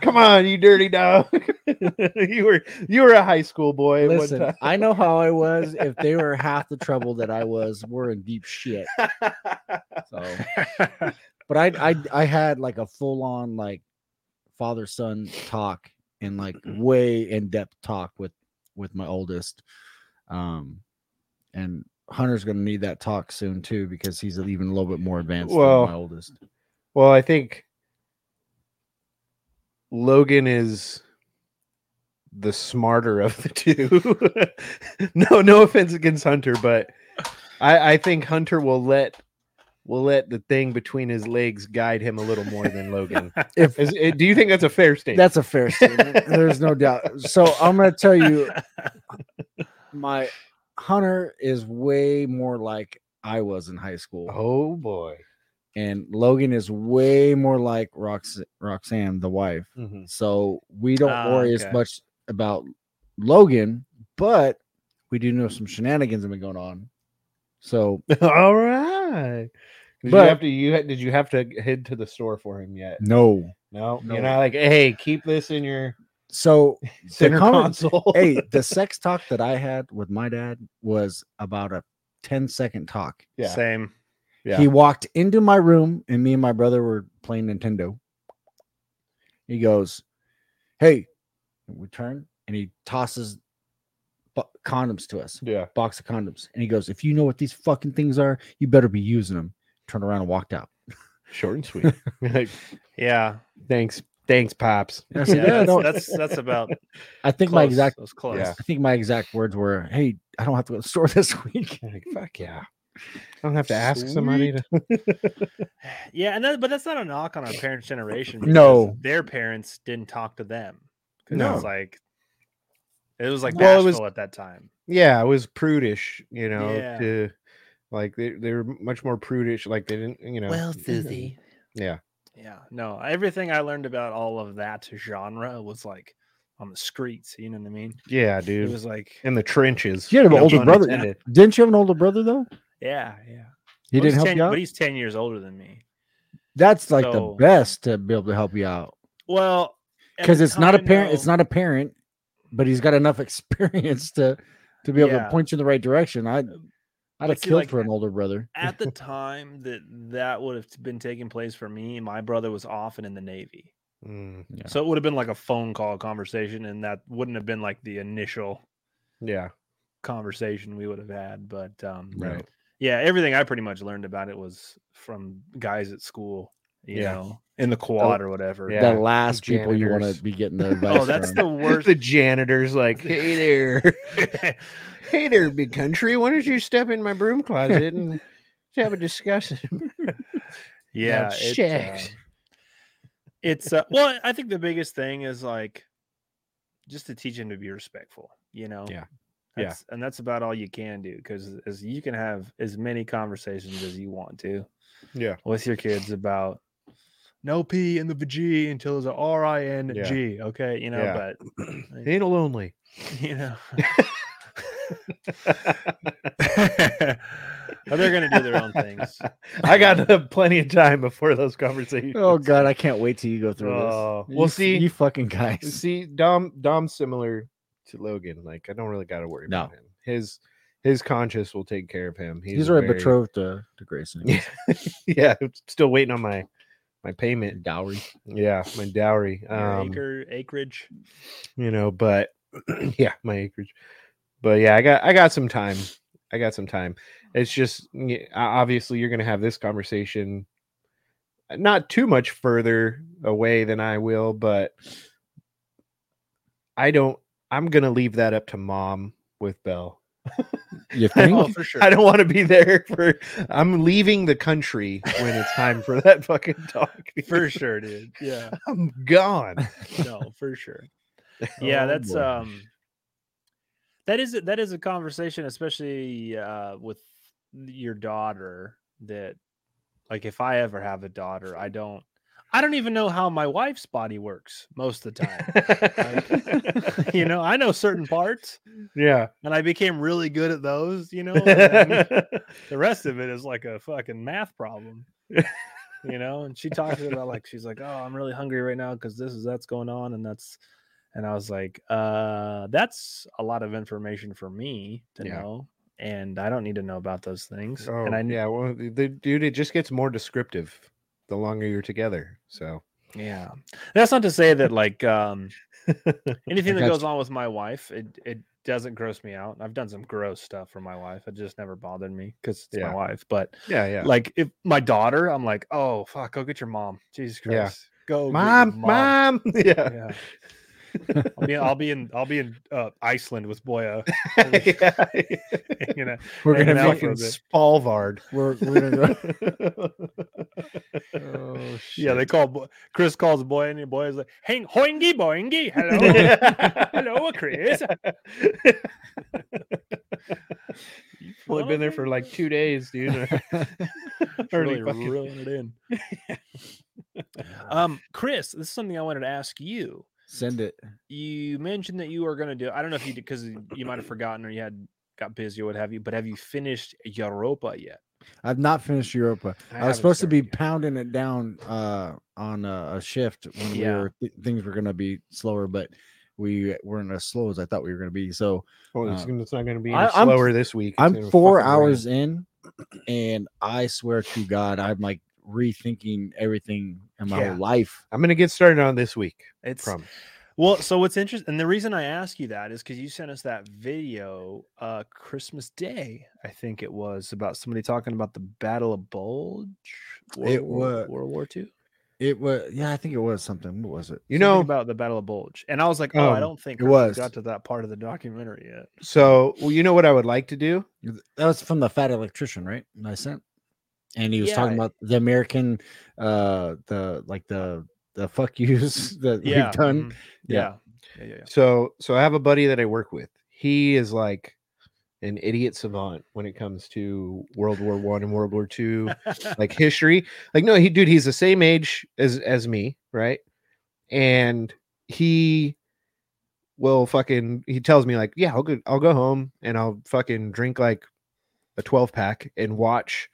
E: Come on, you dirty dog. (laughs) you were you were a high school boy at one
F: listen
E: time.
F: i know how i was if they were half the trouble that i was we're in deep shit so but I I I had like a full on like father son talk and like way in depth talk with with my oldest, um, and Hunter's gonna need that talk soon too because he's even a little bit more advanced
E: Well,
F: than my oldest.
E: Well, I think Logan is the smarter of the two. (laughs) no, no offense against Hunter, but I, I think Hunter will let will let the thing between his legs guide him a little more than
D: (laughs)
E: Logan.
F: (laughs) If
E: Is, eh, do you think that's a fair statement?
F: that's a fair statement, there's no doubt. So I'm gonna tell you, my Hunter is way more like I was in high school.
E: oh boy.
F: and Logan is way more like Rox- Roxanne, the wife.
E: Mhm.
F: So we don't
D: Ah,
F: worry
D: okay.
F: as much about Logan, but we do know some shenanigans have been going on.
D: (laughs)
F: So
E: (laughs) All right. Did
F: But-
E: you have to you had- did you have to head to the store for him yet?
F: no.
E: No,
F: No.
E: you're not like, hey, keep this in your
F: So the
E: center
F: comment-
E: console.
F: hey,
E: (laughs)
F: the sex talk that I had with my dad was about a 10 second talk.
E: yeah.
D: Same.
E: Yeah.
F: He walked into my room and me and my brother were playing Nintendo. He goes, Hey, we turn and he tosses bu- condoms to us,
E: yeah,
F: box of condoms. And he goes, If you know what these fucking things are, you better be using them. Turned around and walked out.
E: short and sweet. Like,
D: Yeah.
E: Thanks, thanks, pops.
F: I said, "Yeah, I
D: that's,
F: don't-
D: that's that's about
F: I (laughs) think
D: close.
F: my exact
D: That was close.
E: Yeah.
F: I think my exact words were, "Hey, I don't have to go to the store (laughs) this week."
E: I'm like, fuck yeah. I don't have to ask somebody to.
D: Yeah, and that, but that's not a knock on our parents' generation.
F: No.
D: because their parents didn't talk to them. 'Cause it
E: No.
D: was like it was like
E: Well, it
D: Nashville
E: was-
D: at that time.
E: Yeah, it was prudish, you know,
D: Yeah.
E: to like they, they were much more prudish. Like they didn't, you know. Mm,
F: Well,
E: Susie. Yeah.
D: Yeah, no, everything I learned about all of that genre was like on the streets. You know what I mean?
E: Yeah,
D: It
E: dude.
D: was like
E: In the trenches.
F: You had an
E: No
F: older
E: pun
F: brother.
E: intended.
F: Didn't you have an older brother though?
D: yeah, yeah.
F: He
D: Well, he's
F: didn't help
D: 10
F: you out.
D: but he's ten years older than me.
F: That's like
D: so-
F: the best to be able to help you out
D: Well, at
F: because
D: the
F: it's not a
D: time,
F: parent. It's
D: though-
F: not (laughs) a parent, but he's got enough (laughs) experience to to be able
D: Yeah. Um,
F: to point you in the right direction. I. I'd have
D: But see,
F: killed
D: like,
F: for an older brother.
D: at the time that that would have been taking place for me. My brother was off and in the navy.
E: Mm,
F: Yeah.
D: So it would have been like a phone call conversation, and that wouldn't have been like the initial
E: yeah.
D: conversation we would have had. But um,
E: Right.
D: yeah, everything I pretty much learned about it was from guys at school, you
E: Yeah.
D: know, in the quad or whatever.
E: Yeah.
F: The last people you want (laughs)
E: janitors.
F: to be getting the advice
D: (laughs) Oh, that's
F: from.
D: the worst.
E: the
D: (laughs)
E: janitor's like, hey there. (laughs) hey there, big country. Why don't you step in my broom
D: (laughs)
E: closet and let's have a discussion? (laughs)
D: yeah,
E: That's
D: it,
E: shit.
D: um, it's uh, well, I think the biggest thing is like just to teach him to be respectful, you know.
E: Yeah. Yeah.
D: That's, and that's about all you can do because as you can have as many conversations as you want to.
E: Yeah.
D: with your kids about no P in the G until there's a R I N G. Okay, you know,
E: Yeah. (laughs)
D: Like-
E: Anal
F: (laughs)
E: only.
D: but you know. (laughs) But they're gonna do their own things.
E: I got (laughs) uh, plenty of time before those conversations.
F: Oh god, I can't wait till you go through
E: Oh,
F: this.
E: we'll
F: You-
E: see.
F: you fucking guys.
E: See, Dom Dom's similar to Logan. Like, I don't really got to worry
F: No.
E: about him. His his conscience will take care of him. He's,
F: He's already
E: very-
F: betrothed to, to Grayson.
E: (laughs)
F: (laughs)
E: Yeah, (laughs) yeah. I'm Still waiting on my my payment.
F: Dowry.
E: Yeah, my dowry.
D: Your
E: Um,
D: acre acreage.
E: you know, but (clears throat) yeah, my acreage. But yeah, I got I got some time. I got some time. It's just y- o- obviously you're gonna have this conversation uh, not too much further away than I will, but I don't I'm gonna leave that up to mom with Belle. (laughs)
F: (laughs) You
E: I
F: think?
E: don't-
D: Oh, for sure.
E: I don't want to be there for I'm leaving the country when it's time for that fucking talk. (laughs)
D: for sure, dude. Yeah.
E: I'm gone.
D: (laughs) No, for
F: (laughs)
D: sure. yeah
F: Oh,
D: that's
F: boy.
D: um that is a- that is a conversation especially uh with your daughter that like if i ever have a daughter i don't i don't even know how my wife's body works most of the time (laughs) you know i know certain parts
E: yeah.
D: and i became really good at those
E: (laughs)
D: you know and then the rest of it is like a fucking math problem you know and she talks about like she's like oh i'm really hungry right now because this is that's going on and that's and i was like uh that's a lot of information for me to
E: Yeah.
D: know and i don't need to know about those things and i yeah.
E: Oh, yeah, well, the- the, dude, it just gets more descriptive the longer you're together. So
D: yeah that's not to say that like
E: (laughs)
D: um anything that
F: got
D: goes on with my wife it it doesn't gross me out i've done some gross stuff for my wife it just never bothered me because it's
E: Yeah.
D: my wife but
E: yeah, yeah.
D: like if my daughter i'm like oh fuck go get your mom jesus
E: Yeah.
D: christ go get your
E: mom, mom, (laughs) yeah,
D: Yeah. I'll be I'll be in I'll be in uh, Iceland with
E: (laughs)
D: Boya.
E: yeah.
D: You know,
F: We're
D: hanging
F: gonna
D: out
F: make
D: for a
E: fucking
D: bit.
E: (laughs) Spalvard.
F: we're, we're gonna
D: yeah. They call Bo- Chris calls Boya and Boya's like, "Hang hoingy boingy, hello,
E: (laughs)
D: (laughs)
E: Hello.
D: hello, Chris."
E: Only been there for like two days, (laughs) dude.
D: really
E: Already fucking-
D: reeling it in. (laughs) um, Chris, this is something I wanted to ask you.
F: send it.
D: You mentioned that you are going to do. I don't know if you did because you might have forgotten or you had got busy or what have you. But have you finished Europa yet?
F: I've not finished Europa. I,
E: haven't
F: was supposed to be
E: started yet.
F: pounding it down uh, on a, a shift when
D: Yeah.
F: we were th- things were gonna be slower, but we weren't as slow as I thought we were gonna be. So
E: Well, it's,
F: Uh,
E: gonna- it's not going to be
F: I-
E: any
F: I'm-
E: slower this week. It's
F: I'm
E: gonna
F: four
E: fucking rain.
F: hours in, and I swear to God, I'm like rethinking everything in my
E: Yeah.
F: whole life.
E: I'm going to get started on this week.
D: It's
E: Promise.
D: Well, so what's interesting, and the reason I ask you that is because you sent us that video uh Christmas Day, I think it was, about somebody talking about the Battle of Bulge.
F: It wa-
D: World War Two.
F: It was yeah, I think it was something. What was it?
E: You
D: Something
E: know,
D: about the Battle of Bulge, and I was like, oh, I
E: Um,
D: don't think
F: it
D: Kirkman
F: was.
D: got to that part of the documentary yet.
E: so well, you know what I would like to do?
F: That was from the Fat Electrician, right? that I sent, and he was
D: Yeah,
F: talking
D: I-
F: about the American, uh, the like the the fuck yous (laughs) that
D: Yeah,
F: we've done.
D: mhm,
F: Yeah.
D: yeah, yeah, yeah.
E: So, so I have a buddy that I work with. He is like an idiot savant when it comes to World War One and World War Two,
D: (laughs)
E: like history. Like, no, he, dude, he's the same age as as me, right? And he will fucking. He tells me like, yeah, I'll go, I'll go home and I'll fucking drink like a twelve pack and watch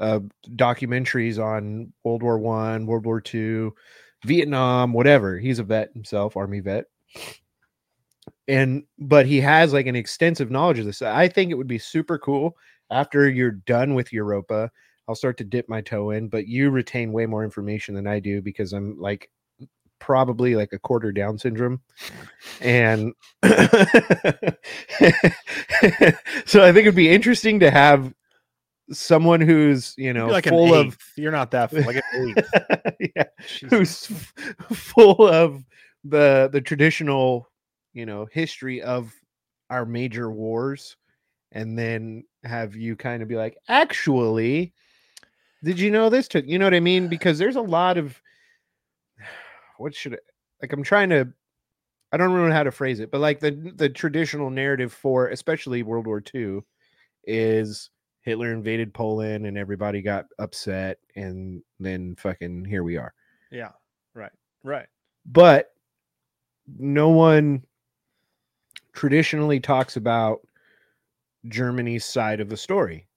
E: uh documentaries on World War One, World War Two, Vietnam, whatever. He's a vet himself, army vet and but he has like an extensive knowledge of this. I think it would be super cool after you're done with Europa. I'll start to dip my toe in, but you retain way more information than I do because I'm like probably like a quarter down syndrome. And (laughs) so I think it'd be interesting to have someone who's, you know,
D: You're like
E: full
D: an
E: of
D: eighth. You're not that full, like an
E: (laughs)
D: eighth.
E: yeah,
D: Jesus.
E: (laughs) who's f- full of the the traditional you know history of our major wars and then have you kind of be like actually did you know this took you know what i mean because there's a lot of (sighs) what should I, like i'm trying to i don't remember how to phrase it but like the the traditional narrative for especially world war ii is hitler invaded poland and everybody got upset and then fucking here we are
D: yeah, right, right.
E: but no one traditionally talks about Germany's side of the story.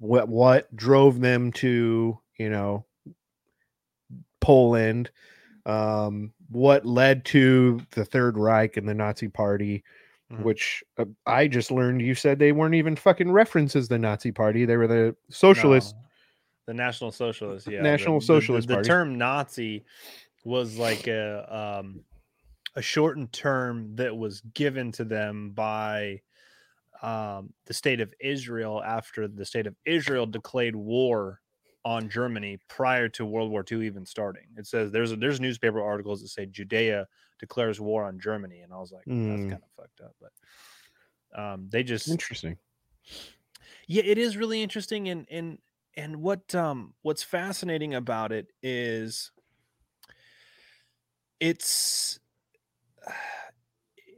E: What what drove them to, you know, Poland? Um, what led to the Third Reich and the Nazi Party,
D: Mhm.
E: which uh, I just learned you said they weren't even fucking references the Nazi Party. They were the socialists.
D: No. The National Socialist, yeah. the-
E: National
D: the- the-
E: Socialist
D: The,
E: Party.
D: term Nazi was like a um, a shortened term that was given to them by um, the state of Israel after the state of Israel declared war on Germany prior to World War II even starting. It says there's there's newspaper articles that say Judea declares war on Germany, and I was like, that's
E: Mm.
D: kind of fucked up, but um, they just
E: Interesting.
D: yeah it is really interesting and and and what um what's fascinating about it is it's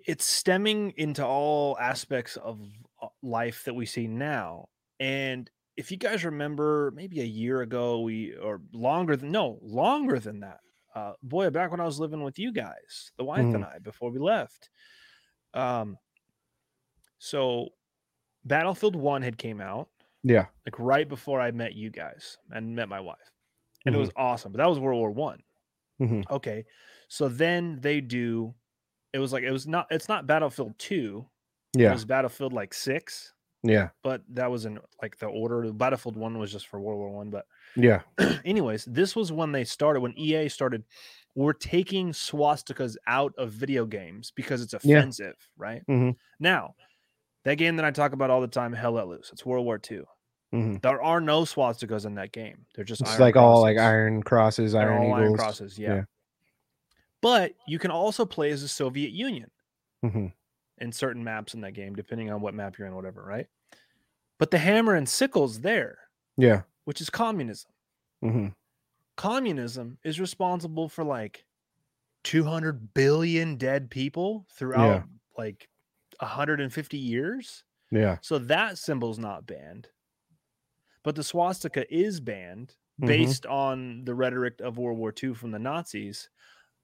D: it's stemming into all aspects of uh, life that we see now and if you guys remember maybe a year ago we or longer than no longer than that uh boy back when i was living with you guys the wife and i before we left um so Battlefield One had came out
E: Yeah.
D: like right before I met you guys and met my wife, and it was awesome. But that was World War One.
E: Mhm.
D: Okay, so then they do. It was like it was not. It's not Battlefield Two. It
E: Yeah.
D: was Battlefield like six,
E: Yeah.
D: but that was in like the order. Battlefield One was just for World War One, but (clears throat)
E: Yeah.
D: anyways, this was when they started when EA started. We're taking swastikas out of video games because it's
E: Yeah.
D: offensive, right?
E: Mhm.
D: Now, that game that I talk about all the time, Hell Let Loose, it's World War II.
E: Mhm.
D: There are no swastikas in that game. They're just
E: It's
D: iron
E: like all like
D: crosses.
E: iron crosses,
D: They're
E: iron
D: all
E: eagles.
D: iron crosses, yeah.
E: Yeah.
D: But you can also play as the Soviet Union
E: Mhm.
D: in certain maps in that game, depending on what map you're in, whatever, right? But the hammer and sickle's there,
E: Yeah.
D: which is communism.
E: Mm-hmm.
D: communism is responsible for like 200 billion dead people throughout like 150 years.
E: Yeah.
D: So that symbol's not banned. But the swastika is banned
E: Mm-hmm.
D: based on the rhetoric of World War II from the Nazis.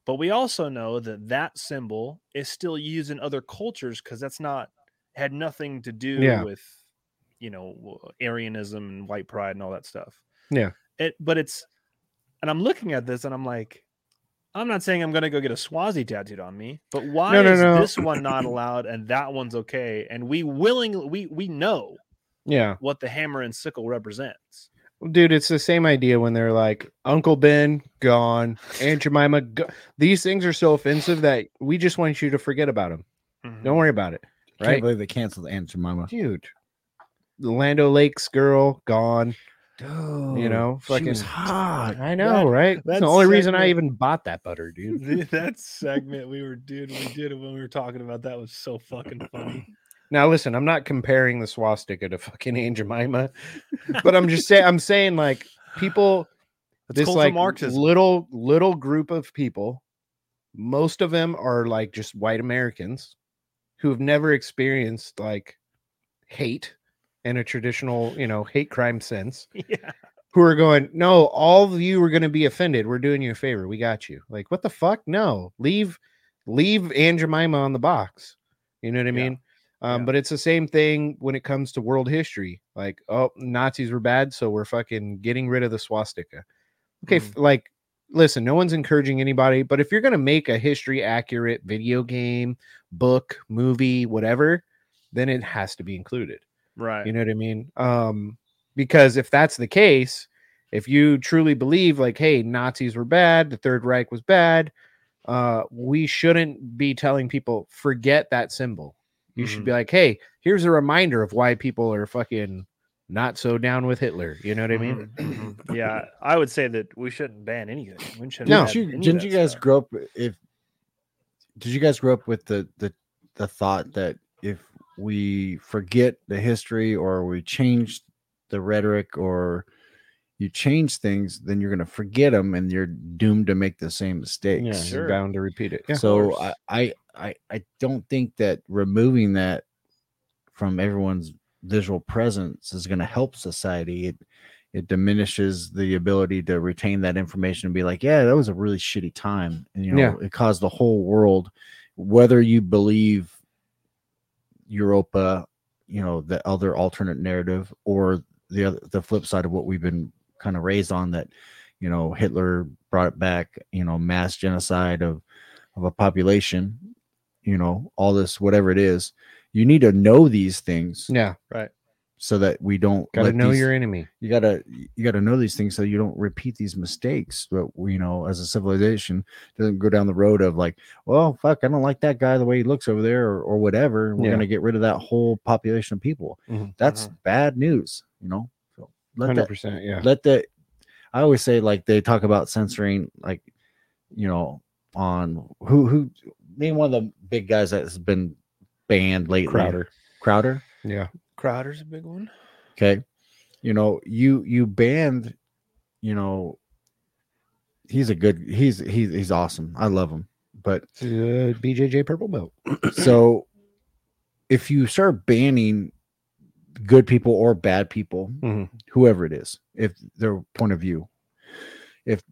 D: But we also know that that symbol is still used in other cultures because that's not had nothing to do
E: Yeah.
D: with you know w- Aryanism and white pride and all that stuff.
E: Yeah.
D: It, but it's, and I'm looking at this and I'm like, I'm not saying I'm gonna go get a Swazi tattooed on me, but why
E: no,
D: is
E: no.
D: this one not allowed and that one's okay? And we willingly we we know
E: Mm-hmm. Yeah.
D: what the hammer and sickle represents.
E: Dude, it's the same idea when they're like Uncle Ben gone, Aunt Jemima. Go-. These things are so offensive that we just want you to forget about them.
D: Mm-hmm.
E: Don't worry about it,
F: Can't
E: right,
F: believe they canceled Aunt Jemima.
E: dude? The Lando Lakes girl gone.
F: Dude,
E: you know,
F: she
E: fucking.
F: was hot.
E: I know, right?
D: that
E: That's the only reason I
D: segment-
E: even bought that butter,
F: (laughs)
D: (laughs)
E: dude.
D: Dude, that segment we were doing, we did it when we were talking about that was so fucking funny.
E: Now listen, I'm not comparing the swastika to fucking Aunt Jemima, but I'm just saying I'm saying like people
D: That's
E: this
D: cultural
E: like
D: Marxism.
E: little little group of people, most of them are like just white Americans who've never experienced like hate in a traditional, you know, hate crime sense,
D: (laughs) yeah,
E: who are going, No, all of you are gonna be offended. We're doing you a favor, we got you. Like, what the fuck? No, leave leave Aunt Jemima on the box. You know what I
D: Yeah.
E: mean? Um,
D: Yeah.
E: But it's the same thing when it comes to world history. Like, oh, Nazis were bad, so we're fucking getting rid of the swastika. Okay,
D: Mm.
E: f- like, listen, no one's encouraging anybody, but if you're going to make a history accurate video game, book, movie, whatever, then it has to be included.
D: right.
E: You know what I mean? Um, because if that's the case, if you truly believe, like, hey, Nazis were bad, the Third Reich was bad, uh, we shouldn't be telling people forget that symbol. You should
D: Mm-hmm.
E: be like, hey, here's a reminder of why people are fucking not so down with Hitler. You know what I
D: Mm-hmm.
E: mean?
D: (clears throat) yeah, I would say that we shouldn't ban anything. We shouldn't
E: No.
D: ban
F: Didn't you,
D: any of
F: didn't
D: that
F: you
D: (laughs)
F: guys
D: stuff.
F: grow up if did you guys grow up with the the the thought that if we forget the history or we change the rhetoric or you change things then you're going to forget them and you're doomed to make the same
E: Yeah,
F: mistakes
E: you're
D: Sure.
E: bound to repeat it. Yeah.
F: so I, I i i don't think that removing that from everyone's visual presence is going to help society it it diminishes the ability to retain that information and be like yeah that was a really shitty time and you know
E: Yeah.
F: it caused the whole world whether you believe europa you know the other alternate narrative or the other the flip side of what we've been kind of raised on that you know hitler brought back you know mass genocide of of a population you know all this whatever it is you need to know these things
E: yeah,
F: so that we don't
E: gotta
F: let
E: know
F: these-
E: your enemy.
F: you gotta you gotta know these things so you don't repeat these mistakes but we, you know as a civilization doesn't go down the road of like well fuck i don't like that guy the way he looks over there or, or whatever we're
E: Yeah.
F: gonna get rid of that whole population of people
E: Mhm.
F: Mm-hmm. that's bad news you know so let
E: Hundred
F: that
E: percent. Yeah.
F: let the i always say like they talk about censoring like you know on who who name one of the big guys that's been banned lately
E: Crowder.
F: crowder
E: Yeah.
D: Crowder's a big one.
F: okay you know you you banned you know he's a good he's he's he's awesome i love him but
E: Uh, BJJ purple belt.
F: so if you start banning good people or bad people
E: Mhm.
F: whoever it is if their point of view if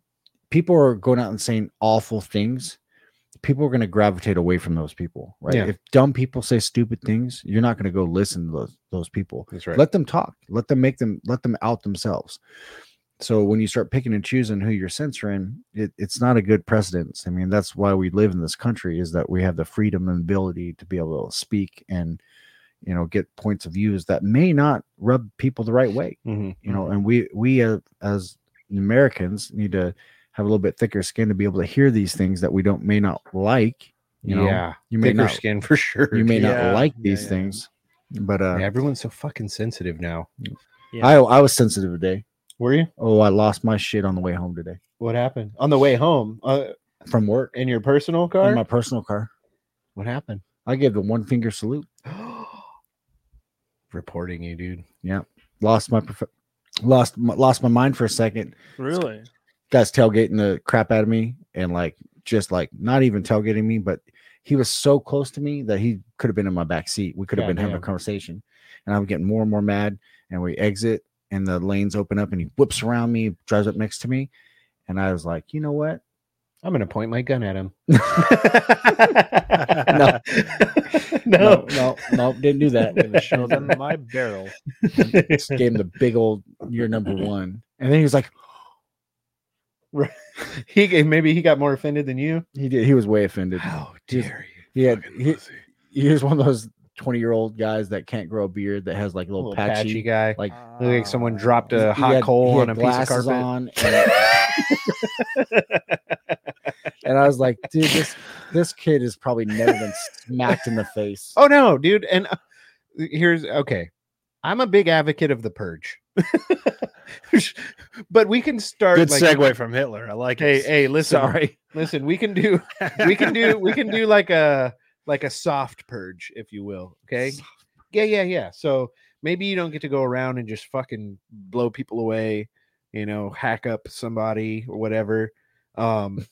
F: people are going out and saying awful things people are going to gravitate away from those people right
E: Yeah.
F: if dumb people say stupid things you're not going to go listen to those, those people
E: That's right.
F: let them talk let them make them let them out themselves so when you start picking and choosing who you're censoring it, it's not a good precedence i mean that's why we live in this country is that we have the freedom and ability to be able to speak and you know get points of views that may not rub people the right way
E: Mhm.
F: you know and we we uh, as americans need to have a little bit thicker skin to be able to hear these things that we don't may not like you know
E: yeah.
F: you may
E: Thicker
F: not
E: skin for (laughs) sure.
F: you may
D: Yeah,
F: not like
D: yeah,
F: these
D: yeah.
F: things but uh
E: Yeah, everyone's so fucking sensitive now.
D: Yeah.
F: I, I was sensitive today
E: Were you?
F: Oh, I lost my shit on the way home today
E: What happened on the way home uh,
F: from work
E: in your personal car?
F: in my personal car.
E: what
F: (gasps)
E: happened?
F: I gave the one finger salute.
E: Reporting you, dude.
F: Lost my prof- lost my, lost my mind for a second.
D: Really?
F: Guys tailgating the crap out of me and like just like not even tailgating me, but he was so close to me that he could have been in my back seat. We could have been having a
E: Goddamn.
F: conversation, and I'm getting more and more mad. And we exit, and the lanes open up, and he whips around me, drives up next to me, and I was like, you know what?
E: I'm gonna point my gun at him.
F: (laughs) No.
E: (laughs) no,
F: no, no, didn't do that.
D: I'm gonna show them my barrel.
F: just gave him the big old you're number one. And then he was like,
E: (laughs) He gave, maybe he got more offended than you.
F: he did, he was way offended. He was- He had he, he was one of those 20 year old guys that can't grow a beard that has like a little,
E: Little patchy,
F: patchy,
E: guy.
F: like
E: Look like
D: Uh,
E: someone dropped
F: he-
E: a
F: he
E: hot
F: had-
E: coal
F: he
E: on
F: had
E: a piece of
F: glasses
E: carpet.
F: on, and, and I was like, dude, this this kid has probably never been smacked in the face.
E: (laughs) Oh
D: (laughs)
E: no, dude. And uh, here's okay. I'm a big advocate of the purge. (laughs) but we can start.
D: Good
E: like,
D: segue from Hitler. I like
E: Hey,
D: it.
E: hey,
D: (laughs)
E: listen,
F: Sorry.
E: listen. We can do, we can do, we can do like a like a soft purge, if you will. Okay. Yeah, yeah, yeah. So maybe you don't get to go around and just fucking blow people away, you know, hack up somebody or whatever. Um,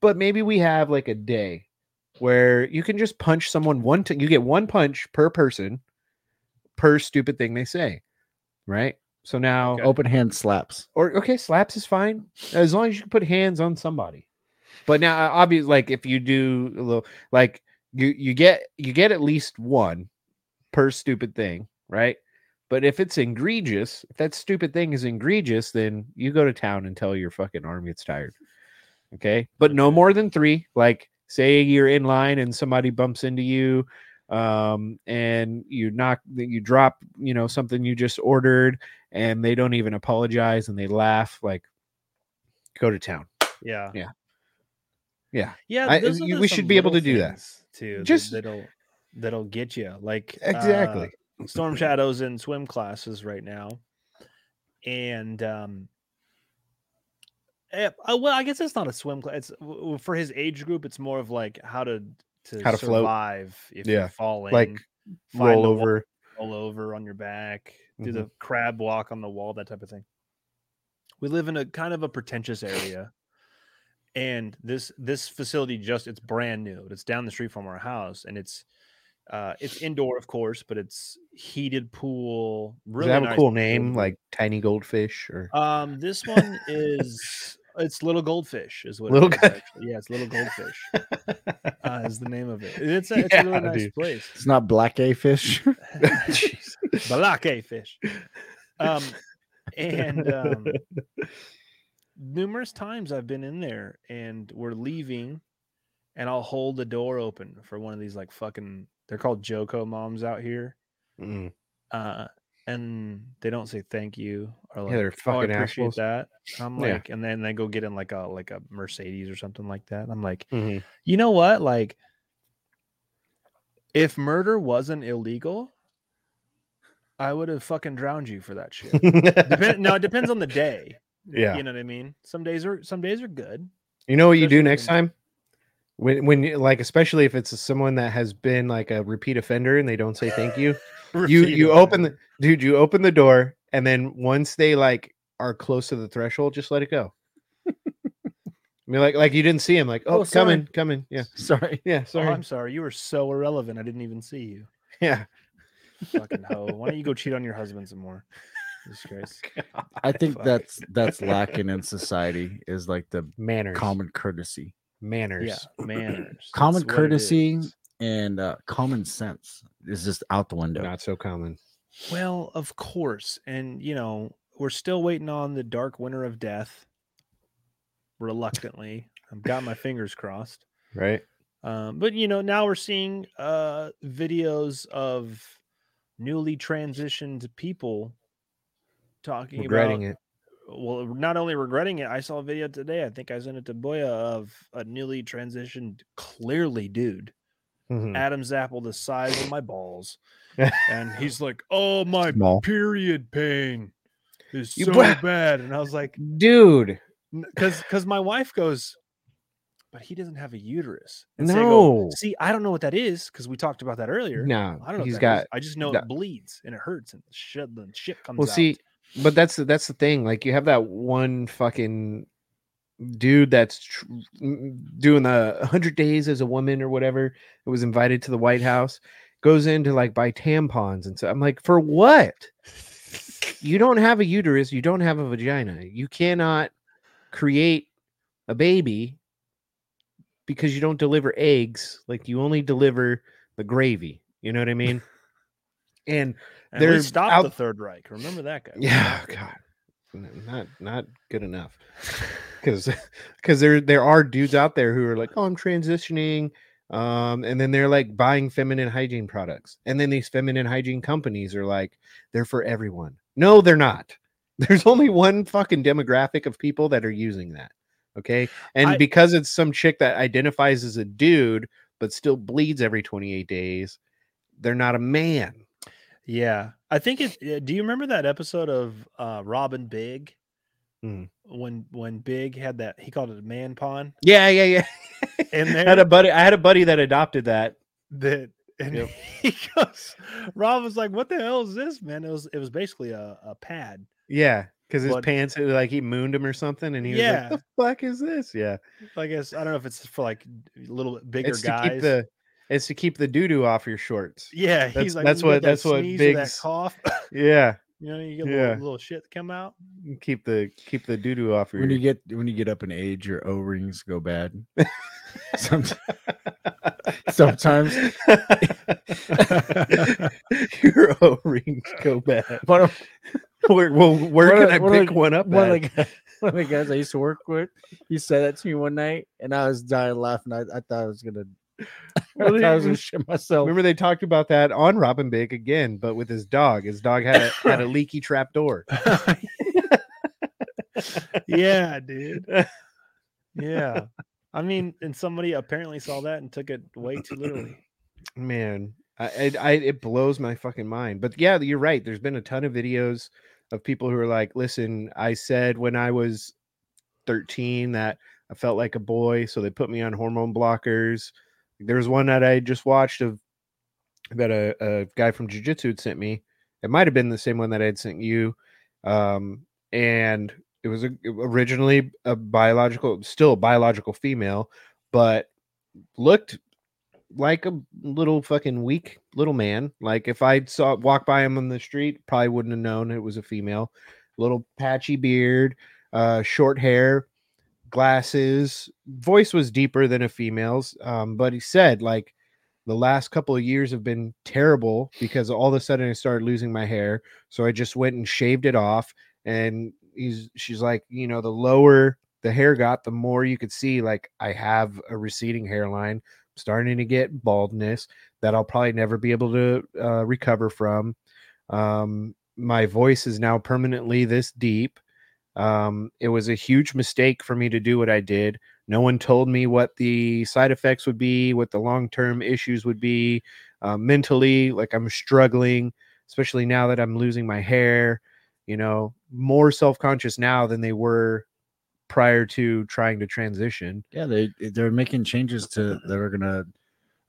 E: but maybe we have like a day where you can just punch someone one time. You get one punch per person per stupid thing they say, right? So now,
F: Open hand slaps.
E: or okay, slaps is fine as long as you can put hands on somebody. But now, obviously, like if you do a little, like you you get you get at least one per stupid thing, right? But if it's egregious, if that stupid thing is egregious, then you go to town until your fucking arm gets tired. Okay, but no more than three. Like, say you're in line and somebody bumps into you, um, and you knock, you drop, you know, something you just ordered, and they don't even apologize and they laugh. Like, go to town.
D: yeah,
E: yeah. Yeah.
D: yeah.
E: I-
D: those are
E: you-
D: the-
E: we should
D: some
E: be able to
D: little
E: do that.
D: things, too.
E: Just-
D: Just that'll that'll get you like uh,
E: Exactly. (laughs)
D: Storm Shadows in swim classes right now, and um, eh, uh, well, I guess it's not a swim class. It's w- w- for his age group. It's more of like how to to,
E: How to float.
D: survive if
E: Yeah,
D: you're falling,
E: like,
D: find
E: Roll
D: the wall,
E: over.
D: roll over on your back, do
E: Mm-hmm.
D: the crab walk on the wall, that type of thing. We live in a kind of a pretentious area, and this this facility just it's brand new. It's down the street from our house, and it's uh it's indoor, of course, but it's heated pool. Really
E: Does it have
D: nice
E: a cool name
D: facility.
E: like Tiny Goldfish or
D: um this one
E: (laughs)
D: is it's little goldfish is what
E: Little
D: it is,
E: Gold-
D: actually. yeah it's little
E: (laughs)
D: goldfish uh, is the name of it. It's a, it's a
E: Yeah,
D: really nice
E: dude.
D: place.
F: It's not black A fish.
E: Jeez.
D: balake fish. Um, and um, numerous times I've been in there and we're leaving, and I'll hold the door open for one of these like fucking. They're called Joko moms out here,
E: (laughs) Mm.
D: uh, and they don't say thank you or like
E: they're
D: "Oh, I
E: fucking
D: appreciate
E: assholes."
D: that. And I'm
E: Yeah.
D: like, and then they go get in like a like a Mercedes or something like that. and I'm like,
E: Mhm.
D: you know what? Like, if murder wasn't illegal, I would have fucking drowned you for that shit. Depend- now it depends on the day.
E: (laughs) yeah.
D: You know what I mean? Some days are some days are good.
E: You know what you do
D: Especially
E: next
D: when-
E: time? When when you like especially if it's someone that has been like a repeat offender and they don't say thank (laughs) you. you you open the dude, you open the door and then once they like are close to the threshold, just let it (laughs) go. I mean like like you didn't see him like, "Oh,
F: Oh, sorry.
E: coming, coming." Yeah.
F: Sorry.
E: Yeah,
D: Oh,
E: sorry.
D: I'm sorry. You were so irrelevant. I didn't even see you.
E: yeah.
D: Fucking hoe. Why don't you go cheat on your husband some more? Disgrace.
F: I think
D: Fuck.
F: that's that's lacking in society is like the
E: (laughs) Manners.
F: common courtesy
E: Manners.
D: Yeah, manners.
F: Common
D: That's what it
F: courtesy.
D: is.
F: and uh, common sense is just out the window.
E: Not so common.
D: Well, of course. And, you know, we're still waiting on the dark winter of death. Reluctantly. I've got my fingers crossed.
E: Right?
D: Um, but, you know, now we're seeing uh, videos of newly transitioned people talking
E: Regretting
D: about
E: it.
D: well not only regretting it i saw a video today i think i sent it to boya of a newly transitioned clearly dude
E: Mhm.
D: adam's apple the size of my
E: (laughs)
D: balls and he's like oh my
F: Small.
D: period pain is
E: You
D: so
E: bra-
D: bad. And I was
E: (laughs)
D: like,
E: Dude,
D: because because my wife goes, but he doesn't have a uterus. And so I go,
E: no.
D: See, I don't know what that is because we talked about that earlier.
E: No.
D: I don't know.
E: He's
D: He's
E: got
D: I just know
E: no.
D: it bleeds and it hurts and shit. Then shit comes
E: Well,
D: out.
E: see, but that's the, that's the thing. Like you have that one fucking dude that's tr- m- doing the (laughs) 100 days as a woman or whatever. It was invited to the White House, goes in to like buy tampons and so I'm like,
D: (laughs)
E: for what? You don't have a uterus. You don't have a vagina. You cannot create a baby because you don't deliver eggs. Like you only deliver the gravy. You know what
D: (laughs)
E: I mean? and
D: and we
E: they're
D: stopped
E: out-
D: the Third Reich. Remember that guy? We
E: yeah,
D: stopped it.
E: God, N- not not good enough. (laughs) Because because there there are dudes out there who are like, oh, I'm transitioning, um, and then they're like buying feminine hygiene products, and then these feminine hygiene companies are like, they're for everyone. No, they're not. (laughs) There's only one fucking demographic of people that are using that. Okay, and
D: I-
E: because it's some chick that identifies as a dude but still bleeds every 28 days, they're not a man.
D: Yeah. I think it. yeah, Do you remember that episode of uh, Robin Big? Mm.
E: Mhm.
D: When when Big had that, he called it a man pawn,
E: Yeah, yeah, yeah.
D: and
E: (laughs) I had
D: there
E: a buddy. I had a buddy that adopted that.
D: that and
E: Yep.
D: (laughs) he goes. Rob was like, "What the hell is this, man?" It was it was basically a, a pad.
E: Yeah, because his
D: But-
E: pants it- like he mooned him or something, and he was
D: Yeah.
E: like, "The fuck is this?" Yeah,
D: I guess I don't know if it's for like little bit bigger
E: it's to
D: guys.
E: keep the it's to keep the doo doo off your shorts.
D: yeah,
E: that's-
D: he's like,
E: that's
D: "When you
E: what-
D: get that
E: that's what
D: sneeze or that
E: Big's-
D: cough. (laughs)
E: Yeah,
D: you know, you get a
E: Yeah.
D: little, little shit come out.
E: keep the keep the doo doo off your.
F: When you get when you get up in age, your O rings go bad. (laughs) Sometimes, sometimes
E: (laughs) your O rings go
F: (laughs)
E: bad.
F: one of
E: (laughs) Where, well, where
F: One
E: can
F: of-
E: I
F: one of
E: pick
F: the-
E: one up?
F: one of, the
E: at?
F: guys, (laughs) one of the guys I used to work with, he said that to me one night, and I was dying laughing. I, I thought I was gonna, (laughs) I
E: Really?
F: thought I was gonna shit myself.
E: Remember they talked about that on Robin Big again, but with his dog. His dog had a, had
F: (laughs)
E: a leaky trap door.
D: yeah, (laughs) dude. Yeah. I mean, and somebody apparently saw that and took it way too (laughs) literally.
E: man I, I, I it blows my fucking mind but yeah you're right there's been a ton of videos of people who are like listen i said when i was 13 that i felt like a boy so they put me on hormone blockers there was one that i just watched of that a, a guy from jiu-jitsu had sent me it might have been the same one that i had sent you um and it was a, originally a biological still a biological female but looked like a little fucking weak little man. Like if I saw walk by him on the street, probably wouldn't have known it was a female. Little patchy beard, uh, short hair, glasses. Voice was deeper than a female's, um, but he said like the last couple of years have been terrible because all of a sudden I started losing my hair, so I just went and shaved it off. And he's she's like, you know, the lower the hair got, the more you could see like I have a receding hairline starting to get baldness that I'll probably never be able to uh, recover from. Um, my voice is now permanently this deep. Um, it was a huge mistake for me to do what I did. No one told me what the side effects would be, what the long term issues would be uh, mentally. Like I'm struggling, especially now that I'm losing my hair, you know, more self conscious now than they were prior to trying to transition.
F: Yeah, they they're making changes to that are gonna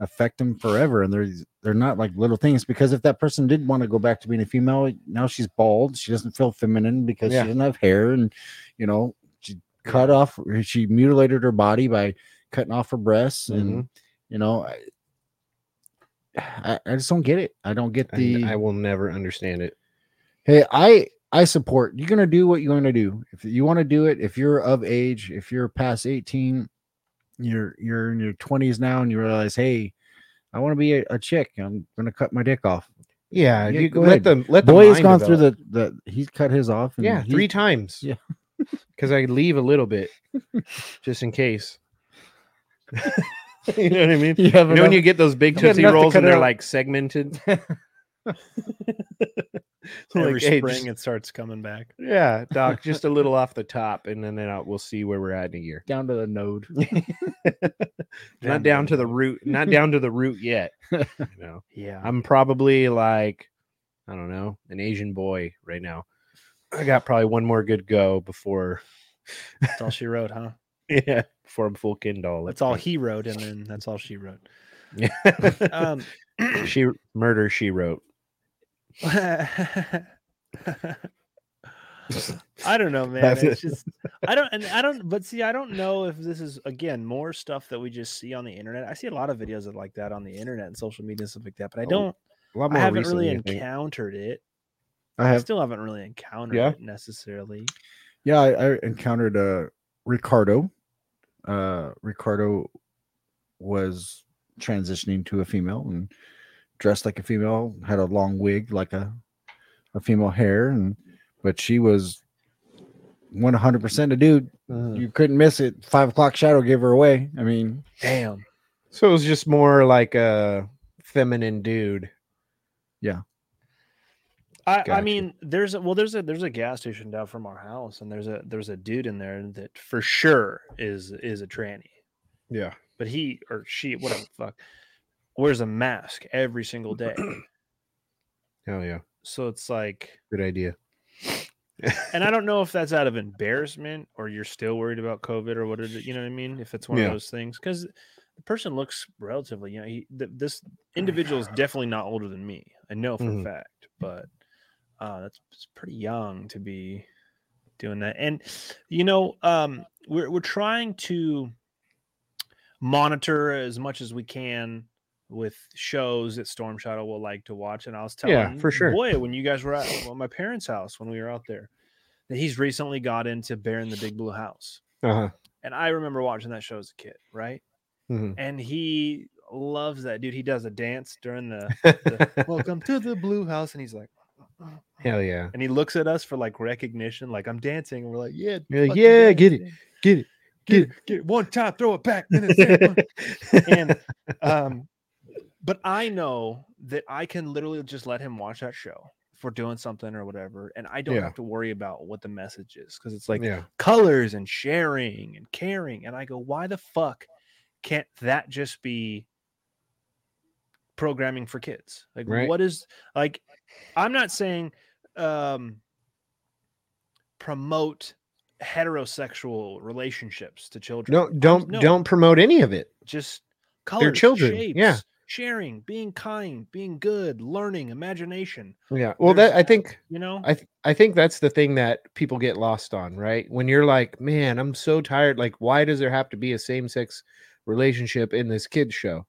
F: affect them forever, and they're they're not like little things because if that person did want to go back to being a female, now she's bald, she doesn't feel feminine because
E: Yeah.
F: she doesn't have hair, and you know she cut off, or she mutilated her body by cutting off her breasts,
E: Mm-hmm.
F: and you know. I, (sighs) I, I just don't get it. I don't get the.
E: And I will never understand it.
F: hey i i support you're gonna do what you're gonna do if you want to do it if you're of age if you're past 18 you're you're in your 20s now and you realize hey i want to be a, a chick i'm gonna cut my dick off
E: Yeah,
F: Yeah,
E: you
F: go
E: let
F: ahead.
E: them. Let the
F: boy has
E: mind
F: gone through
E: develop.
F: the the he's cut his off and
E: yeah
F: he-
E: three times. (laughs)
F: Yeah.
E: because I leave a little
F: (laughs)
E: bit just in case. (laughs) you know what I mean?
F: you have
E: You know when
F: enough-
E: you get those big
F: you got
E: tootsie
F: enough to
E: rolls
F: cut
E: and
F: it
E: they're
F: out.
E: like
F: (laughs)
E: segmented. So
D: Every
E: like, hey,
D: spring
E: just-
D: it starts coming back.
E: yeah, doc, just a little off the top, and then, then out, we'll see where we're at in a year.
F: down to the node
E: (laughs) not down to the root, not down to the root
F: (laughs)
E: yet. you know?
D: Yeah. (laughs)
E: I'm probably like, I don't know, an Asian boy right now. I got probably one more good go before, (laughs)
D: That's all she wrote, huh?
E: yeah, before I'm full Kindle.
D: That's all he wrote, and then that's all she wrote.
E: (laughs)
D: Um (laughs)
E: (coughs) she murder. She wrote.
D: I don't know, man.
E: That's
D: It's
E: it.
D: just I don't and I don't but see I don't know if this is again more stuff that we just see on the internet. I see a lot of videos of like that on the internet and social media and stuff like that, but I
E: Oh,
D: don't
E: A lot
D: I
E: more
D: haven't
E: recently,
D: really
E: I think.
D: encountered it.
F: i
D: I
F: have
D: still haven't really encountered
E: Yeah.
D: it necessarily.
F: yeah i, I encountered uh ricardo uh ricardo was transitioning to a female and dressed like a female had a long wig like a a female hair and but she was 100% a dude
E: Uh.
F: you couldn't miss it five o'clock shadow gave her away i mean
D: Damn.
E: So it was just more like a feminine dude.
D: I, I
E: Gotcha.
D: mean, there's a, well, there's a there's a gas station down from our house, and there's a there's a dude in there that for sure is is a tranny.
E: Yeah.
D: but he or she, whatever the fuck, wears a mask every single day.
E: Hell yeah.
D: So it's like,
E: Good idea.
D: and I don't know if that's out of embarrassment or you're still worried about COVID or what is it? You know what I mean? If it's one
E: Yeah.
D: of those things, because the person looks relatively, you know, he, th- this individual is definitely not older than me. I know for
E: Mhm.
D: a fact, but uh, that's it's pretty young to be doing that. And you know, um, we're we're trying to monitor as much as we can with shows that Storm Shadow will like to watch. And I was telling
E: Yeah, for sure.
D: boy when you guys were at well, my parents' house when we were out there that he's recently got into Bear in the Big Blue House.
E: Uh-huh.
D: And I remember watching that show as a kid, right?
E: Mhm.
D: And he loves that dude. He does a dance during
E: (laughs)
D: the, the welcome to the blue house. And he's like,
E: Hell yeah.
D: and he looks at us for like recognition, like I'm dancing. And we're like, yeah,
E: You're like,
D: fucking
E: yeah,
D: dance,
E: get it.
D: dance."
E: Get it.
D: get
E: Get
D: it, get it one time, throw it back. then it's there,
E: (laughs)
D: one- and um, but I know that I can literally just let him watch that show if we're doing something or whatever, and I don't
E: Yeah.
D: have to worry about what the message is because it's like
E: yeah.
D: colors and sharing and caring. And I go, why the fuck can't that just be programming for kids? Like,
E: Right.
D: what is like? I'm not saying um, promote heterosexual relationships to children.
E: No,
D: I'm-
E: don't
D: no,
E: don't promote any of it.
D: just colors,
E: children,
D: shapes,
E: yeah.
D: sharing, being kind, being good, learning, imagination.
E: Yeah. Well,
D: There's-
E: that I think
D: You know,
E: I th- I think that's the thing that people get lost on, right? When you're like, man, I'm so tired. Like, why does there have to be a same sex relationship in this kids show?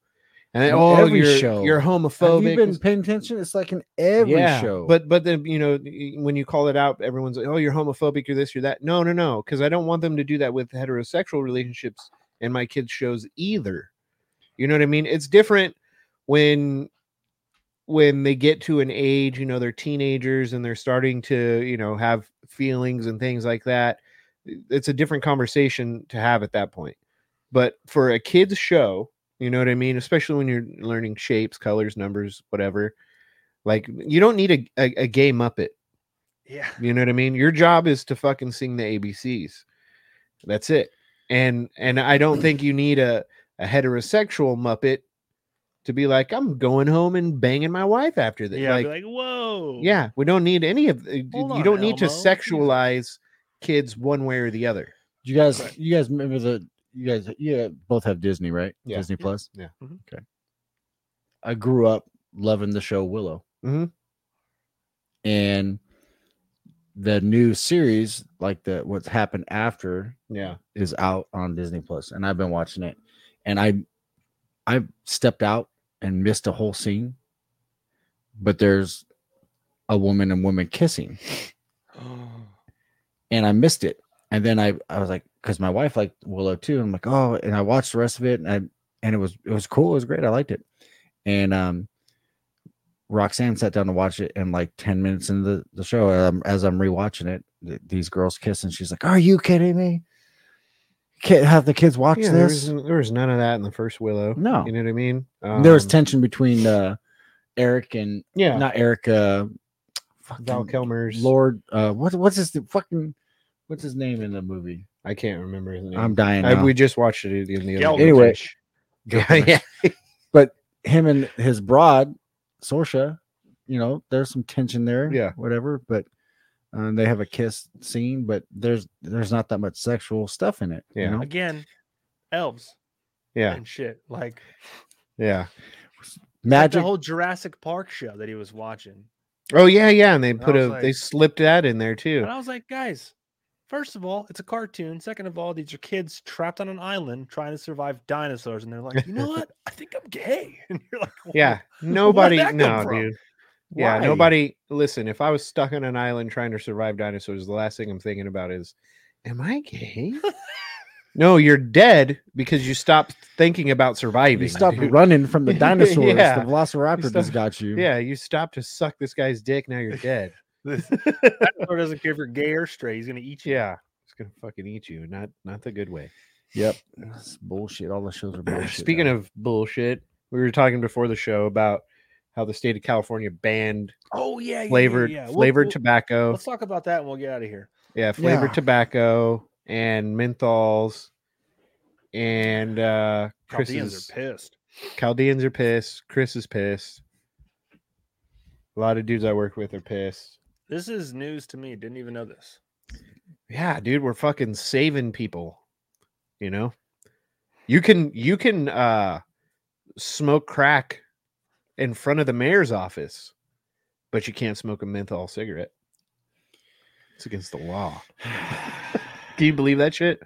E: And then,
F: In
E: oh,
F: every
E: you're,
F: show.
E: you're
F: Have
E: homophobic.
F: you been paying attention? It's like in every
E: yeah,
F: show.
E: But but then you know y- when you call it out, everyone's like, oh, you're homophobic, you're this, you're that. No, no, no, because I don't want them to do that with heterosexual relationships in my kids' shows either. You know what I mean? It's different when when they get to an age, you know, they're teenagers and they're starting to, you know, have feelings and things like that. It's a different conversation to have at that point. But for a kids show, you know what I mean, especially when you're learning shapes, colors, numbers, whatever. Like you don't need a, a, a gay Muppet.
D: yeah.
E: You know what I mean? Your job is to fucking sing the ABCs. That's it. And and I don't think you need a, a heterosexual Muppet to be like, I'm going home and banging my wife after this.
D: Yeah, I'd
E: like,
D: be like whoa.
E: yeah, we don't need any of uh, you
D: Hold
E: don't
D: on,
E: need to
D: Elmo. Yeah.
E: sexualize kids one way or the other.
F: you guys, you guys remember the you guys yeah both have Disney right?
E: Yeah.
F: Disney
D: Yeah.
F: Plus.
E: Yeah.
D: Mhm.
F: Okay. I grew up loving the show Willow.
E: Mhm.
F: And the new series, like the what's happened after
E: Yeah.
F: is out on Disney Plus, and I've been watching it. And I, I stepped out and missed a whole scene, but there's a woman and woman
E: (gasps)
F: kissing, and I missed it. And then I, I was like, because my wife liked Willow too, and I'm like, oh, and I watched the rest of it, and I, and it was it was cool, it was great, I liked it. And um, Roxanne sat down to watch it, and like ten minutes into the, the show, um, as I'm rewatching it, th- these girls kiss, and she's like, "Are you kidding me? Can't have the kids watch
E: yeah there,
F: this?"
E: was, there was none of that in the first Willow.
F: No.
E: You know what I mean?
F: there was
E: Um,
F: tension between uh, Eric and
E: yeah,
F: not Eric, uh,
E: Val
F: fucking
E: Kilmer's
F: Lord. Uh, what what's his fucking what's his name in the movie?
E: I can't remember his name.
F: I'm dying.
E: I-
F: now.
E: we just watched it in the other
D: Gelbich.
E: day.
F: Anyway.
D: (laughs)
E: Yeah, yeah.
F: him and his broad Sorsha, you know, there's some tension there,
E: Yeah.
F: whatever. But um, they have a kiss scene, but there's there's not that much sexual stuff in it.
E: Yeah.
F: you know?
D: Again, elves
E: yeah,
D: and shit. Like
E: yeah.
D: Like
F: magic.
D: the whole Jurassic Park show that he was watching.
E: Oh yeah, yeah. And they
D: And I
E: put
D: was
E: a
D: like-
E: they slipped that in there too.
D: And I was like, guys, first of all, it's a cartoon. Second of all, these are kids trapped on an island trying to survive dinosaurs. And they're like, you know
E: (laughs)
D: what? I think I'm gay. (laughs) And you're like, "Wha-
E: Yeah, nobody.
D: that come
E: No,
D: from?
E: dude. Yeah,
D: why?" (laughs)
E: nobody. Listen, if I was stuck on an island trying to survive dinosaurs, the last thing I'm thinking about is, am
D: (laughs)
E: I gay? no, you're dead because you stopped thinking about surviving.
F: You stop
E: dude. (laughs)
F: running from the dinosaurs.
E: Yeah.
F: The Velociraptor just
E: stop-
F: got you.
E: Yeah, you stopped to suck this guy's dick.
D: (laughs)
E: Now you're dead. (laughs)
D: This dinosaur doesn't care if you're gay or straight. He's going to eat you.
E: yeah, it's gonna fucking eat you. Not not the good way.
F: Yep. That's bullshit. All the
E: (clears throat)
F: shows are bullshit.
E: Speaking of bullshit, we were talking before the show about how the state of California banned
D: Oh, yeah. yeah, yeah,
E: flavored
D: yeah. We'll-
E: flavored
D: we'll-
E: tobacco.
D: Let's talk about that and we'll get out of here.
E: Yeah, flavored
F: Yeah.
E: tobacco and menthols. And uh Chris
D: Chaldeans are pissed.
E: Chaldeans are pissed. Chris is pissed. A lot of dudes I work with are pissed.
D: This is news to me. Didn't even know this.
E: Yeah, dude, we're fucking saving people. You know, you can you can uh smoke crack in front of the mayor's office, but you can't smoke a menthol cigarette. It's against the
D: (sighs)
E: law. can you believe that shit?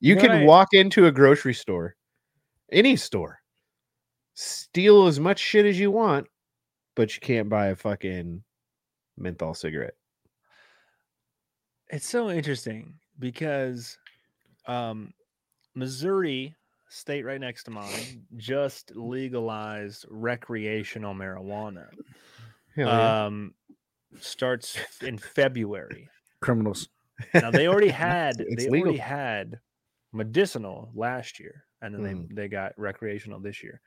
E: You can
D: Right.
E: walk into a grocery store, any store, steal as much shit as you want, but you can't buy a fucking menthol cigarette.
D: It's so interesting because um, Missouri, state right next to mine, just legalized recreational marijuana.
E: Hell yeah.
D: Um, starts in February.
F: Criminals.
D: Now they
E: (laughs)
D: already had
E: It's
D: they
E: legal.
D: already had medicinal last year, and then
E: Mm.
D: they they got recreational this year.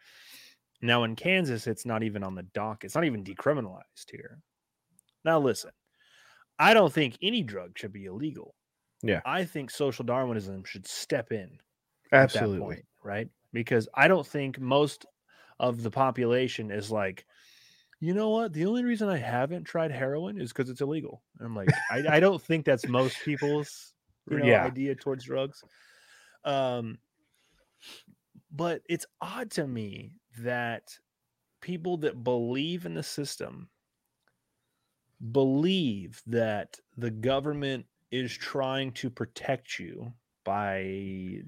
D: Now in Kansas, it's not even on the dock. It's not even decriminalized here. Now listen, I don't think any drug should be illegal.
E: Yeah.
D: I think social Darwinism should step in at that
E: Absolutely.
D: point, right? Because I don't think most of the population is like, you know what? The only reason I haven't tried heroin is because it's illegal. And I'm like, I, I don't think that's most people's you know,
E: Yeah.
D: idea towards drugs. Um, but it's odd to me that people that believe in the system believe that the government is trying to protect you by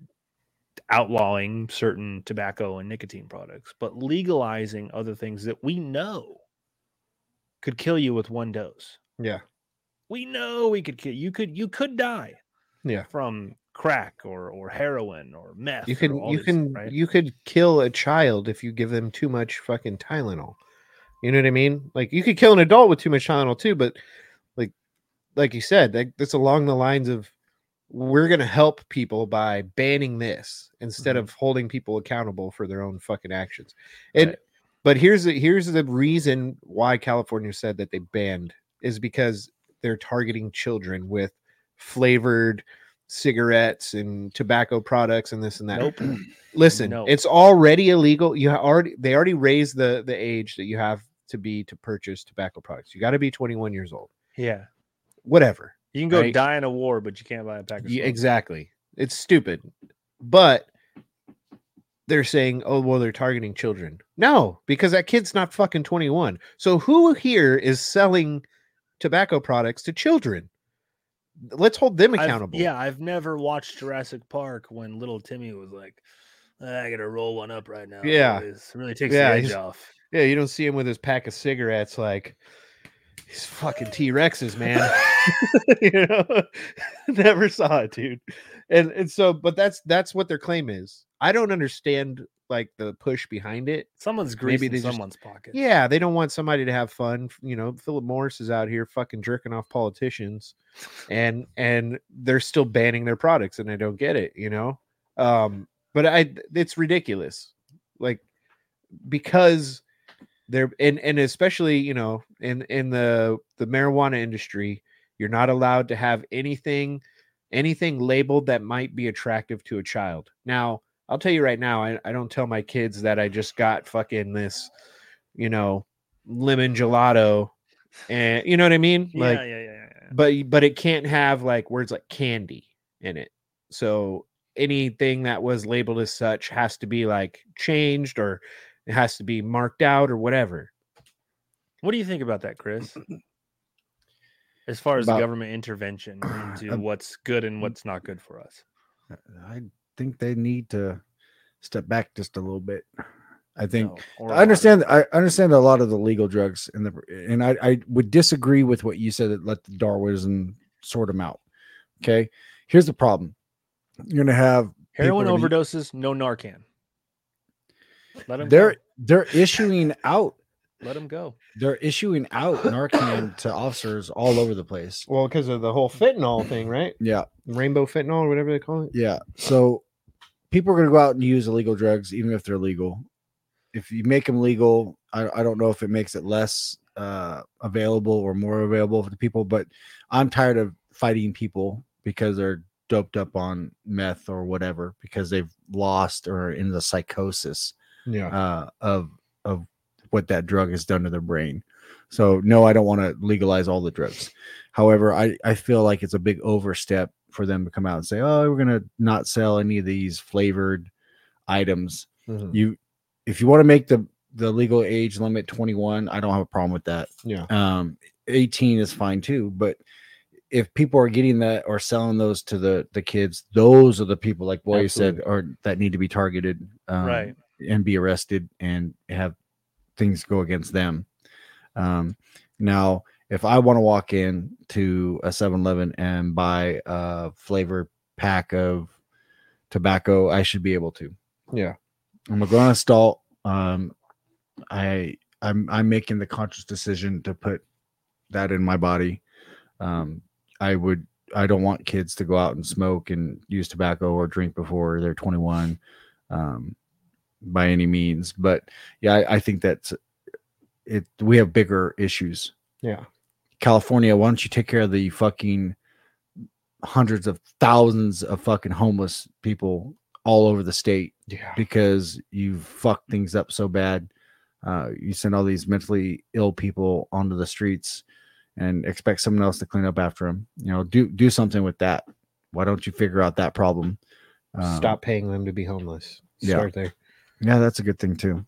D: outlawing certain tobacco and nicotine products, but legalizing other things that we know could kill you with one dose.
E: Yeah.
D: We know we could kill you could you could die.
E: Yeah.
D: From crack or or heroin or meth.
E: You
D: or
E: can
D: all
E: you
D: these-
E: can
D: right?
E: you could kill a child if you give them too much fucking Tylenol. You know what I mean? Like you could kill an adult with too much Tylenol too, but like like you said, that, that's along the lines of we're gonna help people by banning this instead
D: Mm-hmm.
E: of holding people accountable for their own fucking actions. And
D: Right.
E: but here's the here's the reason why California said that they banned is because they're targeting children with flavored cigarettes and tobacco products and this and that.
D: nope.
E: (clears throat) Listen,
D: No.
E: it's already illegal. You ha- already they already raised the the age that you have to be to purchase tobacco products. You got to be 21 years old.
D: yeah.
E: Whatever.
D: You can go
E: Right.
D: die in a war, but you can't buy a pack of
E: Ye-
D: smokes.
E: exactly. It's stupid. But they're saying, "Oh, well they're targeting children." No, because that kid's not fucking 21. So who here is selling tobacco products to children? Let's hold them
D: I've-
E: accountable.
D: yeah, I've never watched Jurassic Park when little Timmy was like, I gotta roll one up right now.
E: Yeah.
D: This really takes
E: Yeah,
D: the edge
E: he's-
D: off.
E: Yeah, you don't see him with his pack of cigarettes like these fucking T Rexes, man. (laughs) you know, (laughs) never saw it, dude. And and so, but that's that's what their claim is. I don't understand like the push behind it.
D: Someone's
E: Maybe
D: greasing
E: they just-
D: someone's pocket.
E: Yeah, they don't want somebody to have fun. f- You know, Philip Morris is out here fucking jerking off politicians, and and they're still banning their products, and I don't get it. You know, um, but I it's ridiculous, like because they're and and especially you know in in the the marijuana industry, you're not allowed to have anything anything labeled that might be attractive to a child. Now, I'll tell you right now, I, I don't tell my kids that I just got fucking this you know, lemon gelato, and you know what I mean.
D: Yeah,
E: like,
D: yeah, yeah, yeah, yeah.
E: but but it can't have like words like candy in it. So anything that was labeled as such has to be like changed or it has to be marked out or whatever.
D: What do you think about that,
F: (clears throat)
D: Chris? As far as
F: About-
D: government intervention
F: (clears throat)
D: into
F: Um,
D: what's good and what's not good for us.
F: I think they need to step back just a little bit. I think
D: No, or
F: I understand. I understand a lot of the legal drugs, and the and I, I would disagree with what you said that let the Darwinism sort them out. Okay, here's the problem: you're gonna have
D: heroin
F: people are gonna-
D: overdoses, no Narcan. Let them
F: they're
D: go.
F: they're issuing out
D: Let them
F: (sighs)
D: go.
F: they're issuing out Narcan to officers all over the place.
E: Well, because of the whole fentanyl thing, right?
F: Yeah,
E: Rainbow fentanyl or whatever they call it.
F: yeah. So people are gonna go out and use illegal drugs, even if they're legal. If you make them legal, I, I don't know if it makes it less uh, available or more available to people, but I'm tired of fighting people because they're doped up on meth or whatever because they've lost or are in the psychosis
E: Yeah,
F: uh, of of what that drug has done to their brain. So no, I don't want to legalize all the drugs. However, I, I feel like it's a big overstep for them to come out and say, oh, we're gonna not sell any of these flavored items.
E: Mhm.
F: You if you want to make the the legal age limit 21, I don't have a problem with that.
E: Yeah.
F: Um 18 is fine too, but if people are getting that or selling those to the the kids, those are the people like Boy said are that need to be targeted. Um,
D: right.
F: and be arrested and have things go against them. Um, now, if I want to walk in to a 7-Eleven and buy a flavor pack of tobacco, I should be able to.
E: Yeah.
F: I'm a grown adult. Um, I I'm I'm making the conscious decision to put that in my body. Um, I would I don't want kids to go out and smoke and use tobacco or drink before they're 21. Um, by any means. But yeah, I, I think that's it. We have bigger issues.
E: Yeah.
F: California, why don't you take care of the fucking hundreds of thousands of fucking homeless people all over the state
E: Yeah.
F: because you fuck things up so bad. Uh, you send all these mentally ill people onto the streets and expect someone else to clean up after them. You know, do do something with that. Why don't you figure out that problem? Um,
E: Stop paying them to be homeless.
F: yeah.
E: Start there.
F: yeah, that's a good thing too.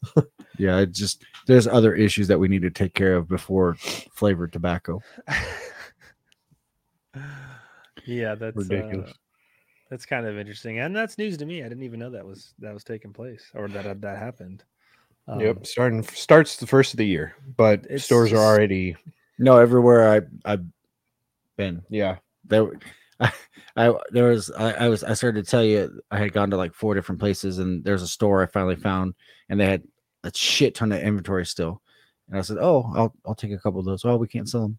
F: yeah, it just there's other issues that we need to take care of before flavored tobacco.
D: yeah, that's
E: Ridiculous.
D: uh, that's kind of interesting, and that's news to me. I didn't even know that was that was taking place or that uh, that happened. Um,
E: yep. Starting starts the first of the year, but
D: It's
E: stores are
D: just-
E: already
F: No, everywhere I I've been
E: yeah.
F: there. I, I there was I, I was I started to tell you I had gone to like four different places and there's a store I finally found and they had a shit ton of inventory still and I said oh I'll I'll take a couple of those oh we can't sell them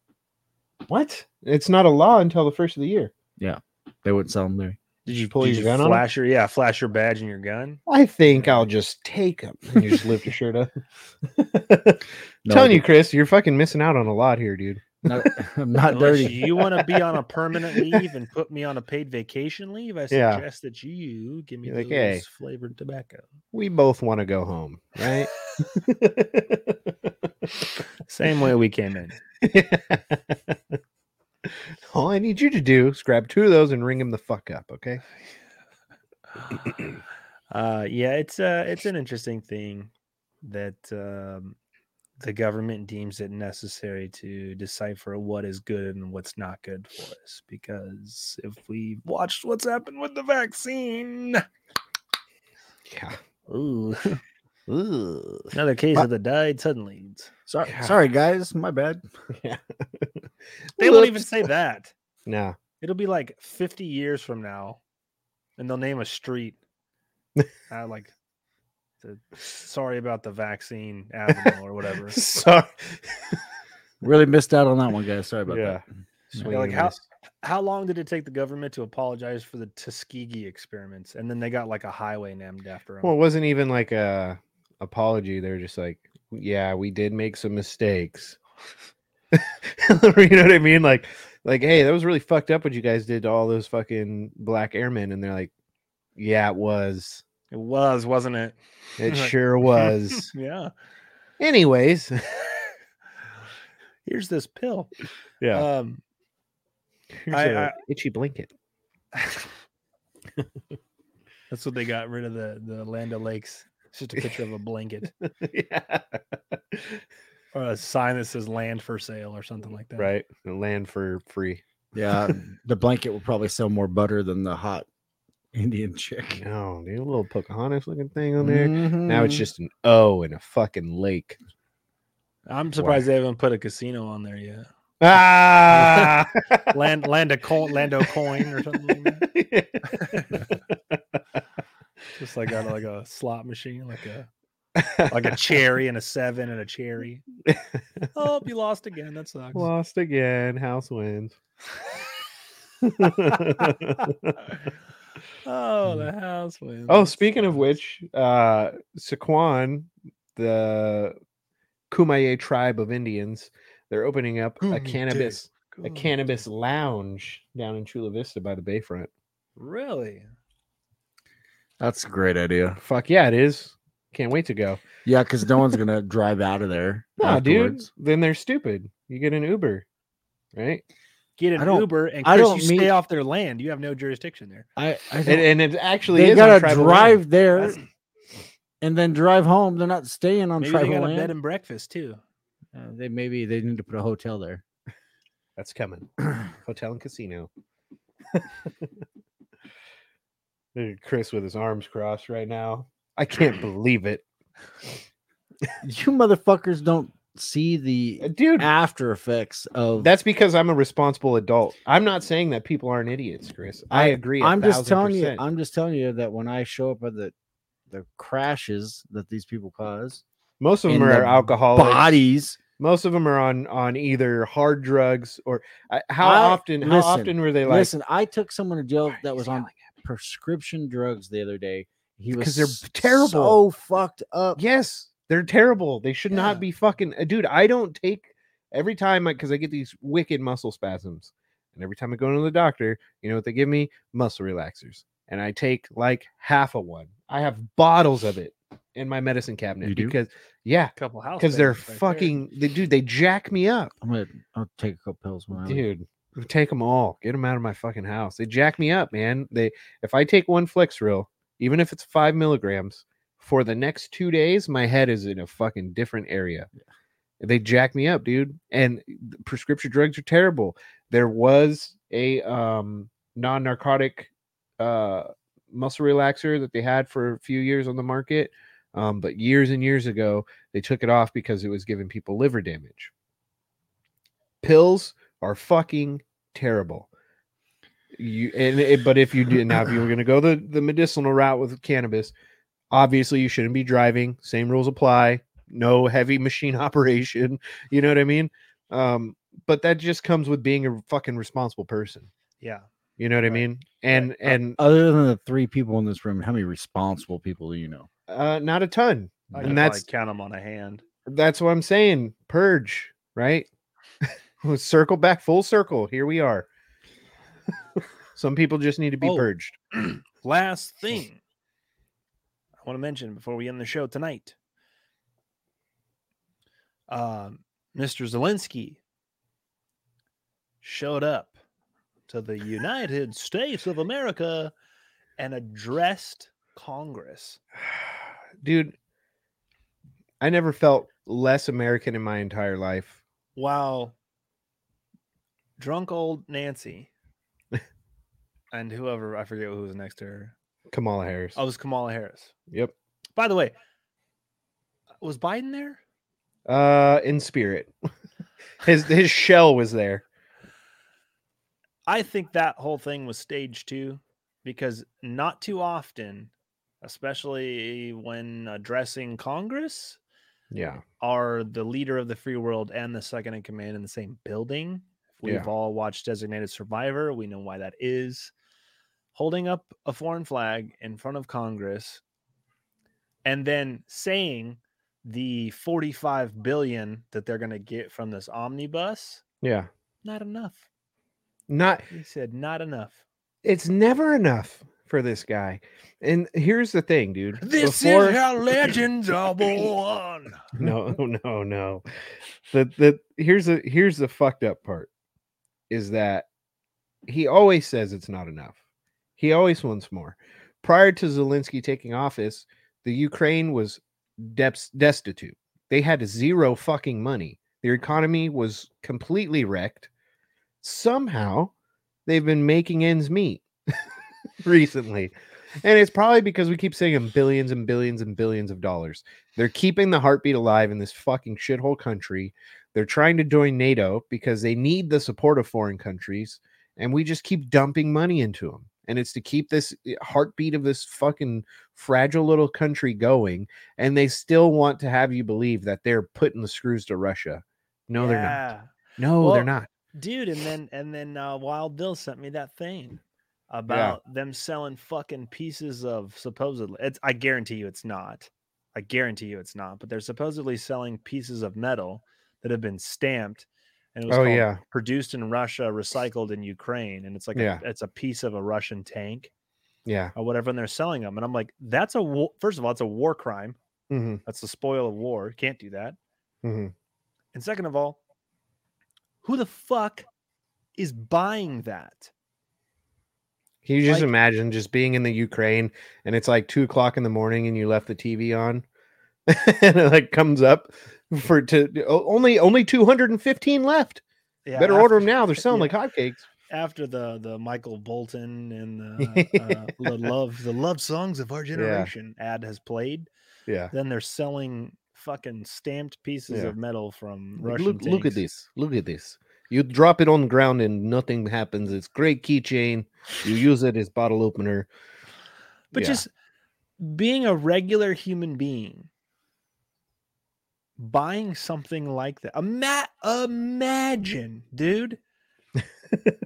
E: What? It's not a law until the first of the year.
F: they wouldn't sell
E: (laughs)
F: them Louis.
D: Did you
E: pull
D: did
E: your
D: you
E: gun on 'em?
D: flash your yeah flash your badge and your gun?
E: I think I'll just take them. And you just lift your
D: (laughs)
E: shirt up.
F: No,
E: Telling
F: I
E: you, Chris, you're fucking missing out on a lot here, dude.
F: not, (laughs) I'm not
D: Unless
F: dirty
D: You want to be on a permanent leave and put me on a paid vacation leave? I
E: Yeah.
D: suggest that you give me
E: You're like,
D: those
E: "Hey."
D: flavored tobacco.
E: We both want to go home,
D: (laughs)
E: right? (laughs)
D: Same way we came in.
E: All I need you to do is grab two of those and ring him the fuck up, okay?
D: (sighs) uh yeah it's uh it's an interesting thing that um the government deems it necessary to decipher what is good and what's not good for us because if we watched what's happened with the vaccine
E: Yeah.
D: (laughs) ooh another case of the died suddenly
F: sorry
E: Yeah.
F: sorry guys my bad
D: they won't even
E: Whoops.
D: say that
E: No.
D: it'll be like 50 years from now and they'll name a
E: (laughs)
D: street uh, like the, sorry about the vaccine avenue or
E: (laughs)
D: whatever
E: (laughs) Sorry.
F: Really missed out on that one, guys. Sorry about
E: Yeah.
F: that.
E: Swing
D: like,
E: and
D: how-
E: miss.
D: how long did it take the government to apologize for the Tuskegee experiments? And then they got like a highway named after them.
E: Well, it wasn't even like a apology. They were just like, "Yeah, we did make some mistakes." (laughs) you know what I mean? Like, like, hey, that was really fucked up what you guys did to all those fucking black airmen. And they're like, "Yeah, it was.
D: it was, wasn't it?
E: It
D: Like,
E: sure was." (laughs)
D: yeah.
E: Anyways, (laughs)
D: Here's this pill.
E: yeah,
D: Um,
E: here's
D: I-
E: a
D: I-
E: itchy blanket.
D: (laughs) that's what they got rid of the the Land Lakes. It's just a picture of a blanket
E: yeah,
D: or a sign that says "land for sale" or something like that.
E: (laughs) right. The land for free.
F: Yeah, the blanket will probably sell more butter than the hot Indian chick.
E: No, Oh, dude, a little Pocahontas looking thing on there. Now
F: Mm. Mm-hmm.
E: it's just an O and a fucking lake.
D: I'm surprised they haven't put a casino on there yet.
E: Ah, (laughs)
D: Land Land a coin, Lando coin or something like that. Just like on like
E: (laughs)
D: a slot machine, like a like a cherry and a seven and a cherry. oh, you lost again. That sucks.
E: (laughs) Lost again. House wins. (laughs)
D: oh, the house wins.
E: oh, speaking of which, uh Saquon, the Kumaye tribe of Indians, they're opening up a
D: Kumaye.
E: cannabis a cannabis lounge down in Chula Vista by the bayfront.
D: Really?
F: That's a great idea.
E: Fuck yeah, it is. Can't wait to go.
F: Yeah, because no one's gonna drive out of (laughs) there.
E: No,
F: afterwards.
E: dude. Then they're stupid. You get an Uber, right?
D: Get
F: I
D: an
F: don't-
D: Uber and
F: I
D: Chris,
F: don't
D: you
F: mean-
D: stay off their land. You have no jurisdiction there.
F: I, I don't-
E: And, and it actually
F: they
E: is on
F: gotta
E: tribal land.
F: drive there and then drive home. They're not staying on
D: Maybe they
F: tribal
D: got a
F: land.
D: bed and breakfast too.
F: Uh, they maybe they need to put a hotel there.
E: That's
F: (clears throat)
E: coming. Hotel and casino. (laughs) Dude, Chris with his arms crossed right now. I can't believe it,
F: You motherfuckers don't see the
E: Uh, dude.
F: after effects of
E: That's because I'm a responsible adult. I'm not saying that people aren't idiots, Chris. I, agree. a
F: I'm just
E: thousand
F: telling you.
E: percent.
F: I'm just telling you that when I show up at the the crashes that these people cause,
E: Most of
F: in
E: them are
F: the
E: alcoholics.
F: bodies.
E: Most of them are on on either hard drugs or I how
F: I-
E: often how
F: listen,
E: often were they like
F: Listen, I took someone to jail
E: Why are
F: that
E: you
F: was on
E: yelling
F: prescription drugs the other day. He was
E: Because they're
F: s-
E: terrible.
F: so fucked up.
E: Yes, they're terrible. They should
F: Yeah.
E: not be fucking. uh, Dude, I don't take every time because I get these wicked muscle spasms, and every time I go to the doctor, you know what they give me? Muscle relaxers, and I take like half a one. I have bottles of it in my medicine cabinet
F: You do?
E: because yeah,
D: couple houses.
E: because they're fucking. They, dude, they jack me up,
F: I'm gonna I'll take a couple pills when I leave.
E: dude. Take them all. Get them out of my fucking house. They jack me up, man. They if I take one Flexeril, even if it's five milligrams, for the next two days, my head is in a fucking different area. They jack me up, dude. And the prescription drugs are terrible. There was a um, non-narcotic uh, muscle relaxer that they had for a few years on the market, um, but years and years ago they took it off because it was giving people liver damage. Pills are fucking terrible. You and it, but if you did now, if you were going to go the the medicinal route with cannabis, obviously you shouldn't be driving. Same rules apply. No heavy machine (laughs) operation. You know what I mean? Um, but that just comes with being a fucking responsible person.
D: Yeah.
E: You know what I
D: Right.
E: mean? And
F: Uh,
E: and
F: Other than the three people in this room, how many responsible people do you know?
E: uh, not a ton.
D: I
E: And
D: can
E: that's-
D: probably count them on a hand.
E: That's what I'm saying. Purge, right? (laughs) Let's circle back full circle. Here we are. (laughs) Some people just need to be
D: Oh.
E: purged.
D: Last thing I want to mention before we end the show tonight. Um, Mr. Zelensky showed up to the United States of America and addressed Congress.
E: Dude, I never felt less American in my entire life.
D: while drunk old Nancy and whoever I forget who was next to her.
E: Kamala Harris.
D: Oh, it was Kamala Harris.
E: Yep.
D: By the way, was Biden there?
E: Uh in spirit. (laughs) his his shell was there.
D: I think that whole thing was stage two because not too often, especially when addressing Congress,
E: Yeah.
D: are the leader of the free world and the second in command in the same building. If We've
E: Yeah.
D: all watched Designated Survivor. We know why that is. Holding up a foreign flag in front of Congress and then saying the 45 billion that they're going to get from this omnibus,
E: Yeah.
D: not enough.
E: Not
D: He said, not enough.
E: it's never enough for this guy. And here's the thing, dude. Before-
D: how legends are born.
E: no no no the the here's the here's the fucked up part is that he always says it's not enough he always wants more prior to zelensky taking office the ukraine was debts destitute they had zero fucking money their economy was completely wrecked somehow they've been making ends meet (laughs) recently and it's probably because we keep saying billions and billions and billions of dollars they're keeping the heartbeat alive in this fucking shithole country. They're trying to join NATO because they need the support of foreign countries. And we just keep dumping money into them. And it's to keep this eh, heartbeat of this fucking fragile little country going. And they still want to have you believe that they're putting the screws to Russia. (laughs) No, they're not. No,
D: Well,
E: they're not.
D: dude and then and then uh, wild bill sent me that thing about them selling fucking pieces of supposedly it's i guarantee you it's not i guarantee you it's not but they're supposedly selling pieces of metal that have been stamped and it was
E: Oh,
D: called
E: yeah.
D: produced in russia recycled in ukraine and it's like
E: Yeah.
D: a, it's a piece of a russian tank
E: Yeah.
D: or whatever and they're selling them and i'm like that's a wa- first of all it's a war crime
E: Mhm,
D: That's the spoil of war. You can't do that.
E: mhm.
D: And second of all, who the fuck is buying that?
E: Can you just
D: Like-
E: imagine just being in the Ukraine and it's like two o'clock in the morning and you left the TV on (laughs) and it like comes up for to o- only only 215 left.
D: Yeah,
E: Better
D: after,
E: order
D: (laughs)
E: them now. They're selling
D: yeah.
E: like hotcakes.
D: after the the Michael Bolton and the,
E: (laughs)
D: uh, the love the love songs of our generation ad has played.
E: Yeah.
D: Then they're selling fucking stamped pieces
E: Yeah.
D: of metal from
E: Like,
D: Russian.
E: look, look
D: tanks.
E: at this. Look at this. You drop it on the ground and nothing happens. It's great keychain. You use it as bottle opener.
D: but
E: Yeah.
D: just being a regular human being buying something like that Ima- imagine
E: (laughs)
D: dude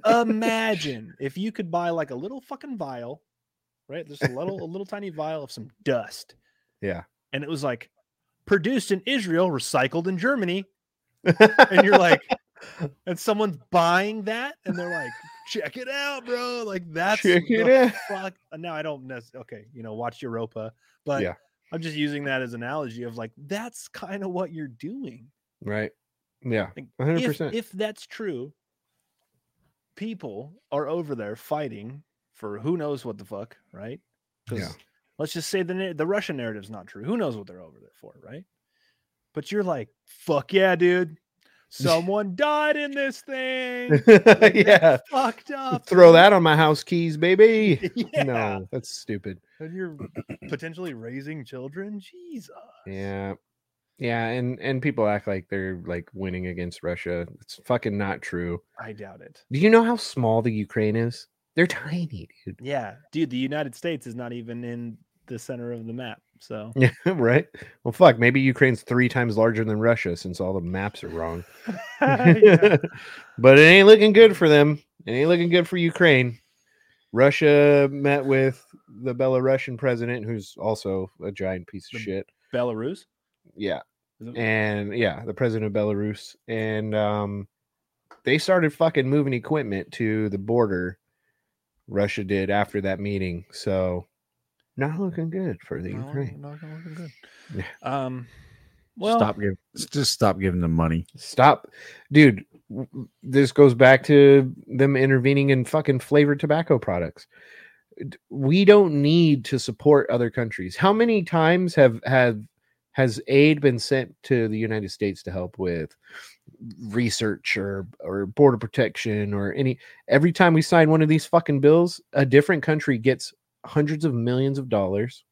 D: imagine if you could buy like a little fucking vial right there's a little a little tiny vial of some dust
E: Yeah.
D: and it was like produced in israel recycled in germany (laughs)
E: (laughs)
D: and you're like and someone's buying that and they're like check it out bro like that's
E: Check
D: the
E: it out.
D: fuck. uh, Now I don't necessarily. Okay, you know, watch Europa, but
E: Yeah.
D: I'm just using that as an analogy of like that's kind of what you're doing.
E: Right. Yeah.
D: Like,
E: 100%.
D: If,
E: (laughs)
D: if that's true, people are over there fighting for who knows what the fuck, right? 'Cause
E: Yeah.
D: Let's just say the na- the Russian narrative's not true. Who knows what they're over there for, right? But you're like, fuck yeah, dude.
E: (laughs)
D: Someone died in this thing. Like,
E: yeah.
D: that's fucked up. (laughs)
E: Throw
D: dude."
E: that on my house keys, baby.
D: (laughs) Yeah.
E: No, that's stupid.
D: and you're potentially raising children. Jesus.
E: Yeah. Yeah, and and people act like they're like winning against Russia. It's fucking not true.
D: I doubt it.
E: Do you know how small the Ukraine is? They're tiny,
D: (laughs)
E: dude.
D: Yeah, dude, the United States is not even in the center of the map.
E: (laughs)
D: So
E: Yeah, right. Well, fuck. Maybe Ukraine's three times larger than Russia since all the maps are wrong.
D: (laughs) Yeah.
E: (laughs) but it ain't looking good for them. It ain't looking good for Ukraine. Russia met with the Belarusian president, who's also a giant piece of
D: The-
E: shit.
D: (laughs) Belarus.
E: Yeah,
D: Is it-
E: and yeah, the president of Belarus, and um, they started fucking moving equipment to the border. Russia did after that meeting, so not looking good for the
D: No,
E: Ukraine.
D: not gonna look good.
E: Yeah.
D: Um, well,
F: stop giving, just stop giving them money.
E: Stop, dude. w- w- This goes back to them intervening in fucking flavored tobacco products. D- We don't need to support other countries. How many times have have has aid been sent to the United States to help with research or or border protection or any? Every time we sign one of these fucking bills, a different country gets hundreds of millions of dollars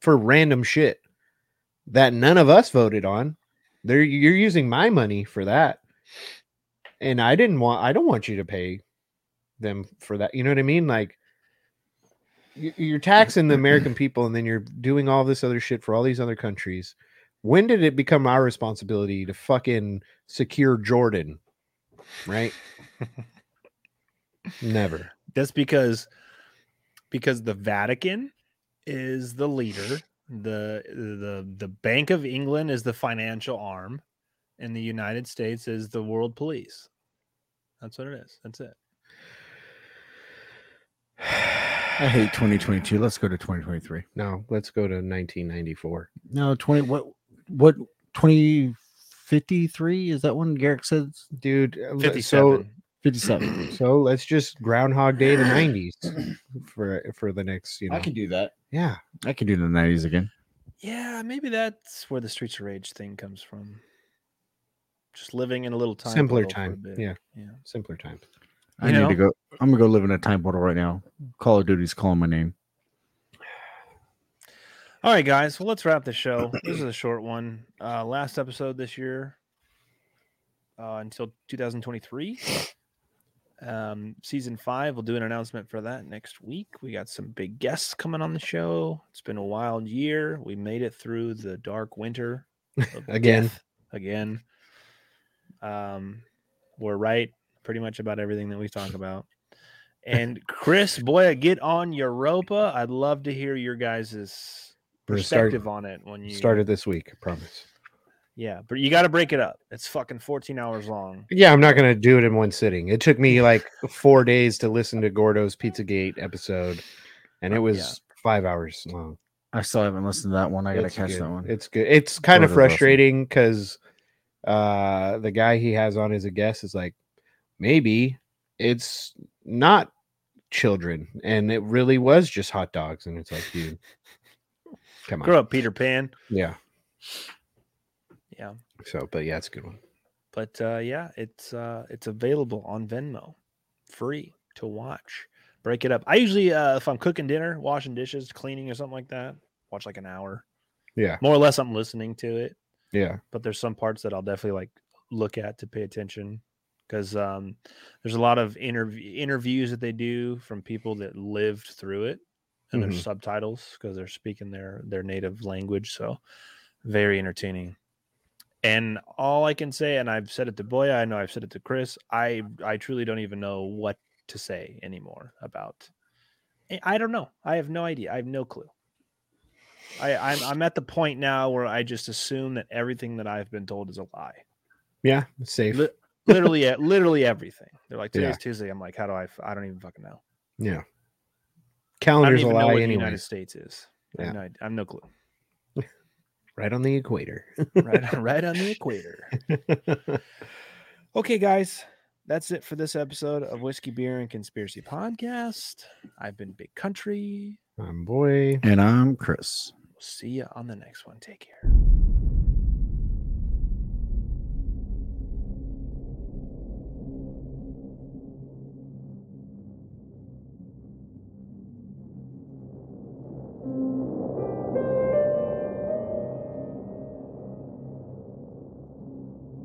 E: for random shit that none of us voted on. They're you're using my money for that. And I didn't want I don't want you to pay them for that. You know what I mean? Like you- you're taxing the
F: (clears throat)
E: American people and then you're doing all this other shit for all these other countries. When did it become our responsibility to fucking secure Jordan?
F: (laughs)
E: Right? Never.
D: that's because because the Vatican is the leader. the the The Bank of England is the financial arm, and the United States is the world police. That's what it is. That's it.
F: I hate 2022. Let's go to 2023.
E: No, let's go to 1994.
F: No, 20 what what 2053 is that one Garrick said
E: Dude, uh, le- so
D: Fifty-seven.
E: (clears throat)
F: 57.
E: so let's just groundhog day the
F: (clears throat)
E: 90s for for the next, you know.
F: I can do that.
E: Yeah.
F: I can do the 90s again.
D: Yeah, maybe that's where the Streets of Rage thing comes from. Just living in a little time.
E: simpler
D: portal for a
E: time.
D: bit.
E: Yeah.
D: yeah.
E: Simpler time.
F: I
D: You
F: need
D: know?
F: to go. I'm gonna go live in a time portal right now. Call of Duty's calling my name.
D: All right, guys. Well, let's wrap the show. this is a short one. Uh, last episode this year uh, until 2023. Um, season five. We'll do an announcement for that next week. We got some big guests coming on the show. It's been a wild year. We made it through the dark winter of
E: Again.
D: death Again. Um, we're right pretty much about everything that we talk about. And Chris, boy, get on Europa. I'd love to hear your guys'
E: We're gonna start-
D: perspective on it when you
E: Started this week, I promise.
D: Yeah, but you got to break it up. It's fucking 14 hours long.
E: Yeah, I'm not gonna do it in one sitting. It took me like four days to listen to Gordo's Pizzagate episode, and it
D: Uh,
E: was five hours long.
F: I still haven't listened to that one. I gotta
E: It's
F: catch
E: good.
F: that one.
E: It's good. It's kind
F: Or
E: of
F: the Russell.
E: frustrating because uh, the guy he has on as a guest is like, maybe it's not children, and it really was just hot dogs, and it's like,
D: (laughs)
E: dude, come on,
D: Grow up, Peter Pan.
E: yeah.
D: Yeah.
E: So, but yeah, it's a good one.
D: But uh, yeah, it's uh, it's available on Venmo, free to watch. Break it up. I usually, uh, if I'm cooking dinner, washing dishes, cleaning, or something like that, watch like an hour.
E: Yeah.
D: More or less, I'm listening to it.
E: Yeah,
D: but there's some parts that I'll definitely like look at to pay attention because um, there's a lot of interview interviews that they do from people that lived through it, and
E: Mhm.
D: there's subtitles because they're speaking their their native language, so very entertaining. And all I can say, and I've said it to Boya, I know I've said it to Chris, I I truly don't even know what to say anymore about. I- I don't know. I have no idea. I have no clue. I, I'm I'm at the point now where I just assume that everything that I've been told is a lie.
E: yeah, it's safe.
D: Li- literally, e- literally everything. They're like
E: Yeah.
D: today's Tuesday. I'm like, how do I? f- I don't even fucking know.
E: yeah,
D: I don't
E: calendar's a
D: even know
E: lie
D: what the
E: anyway.
D: United States is. I
E: Yeah.
D: have no, I have no clue.
E: Right on the equator. (laughs)
D: Right, (laughs) right on the equator. Okay, guys, that's it for this episode of Whiskey, Beer, and Conspiracy Podcast. I've been Big Country.
E: I'm boy.
F: And I'm Chris.
D: We'll see you on the next one. Take care.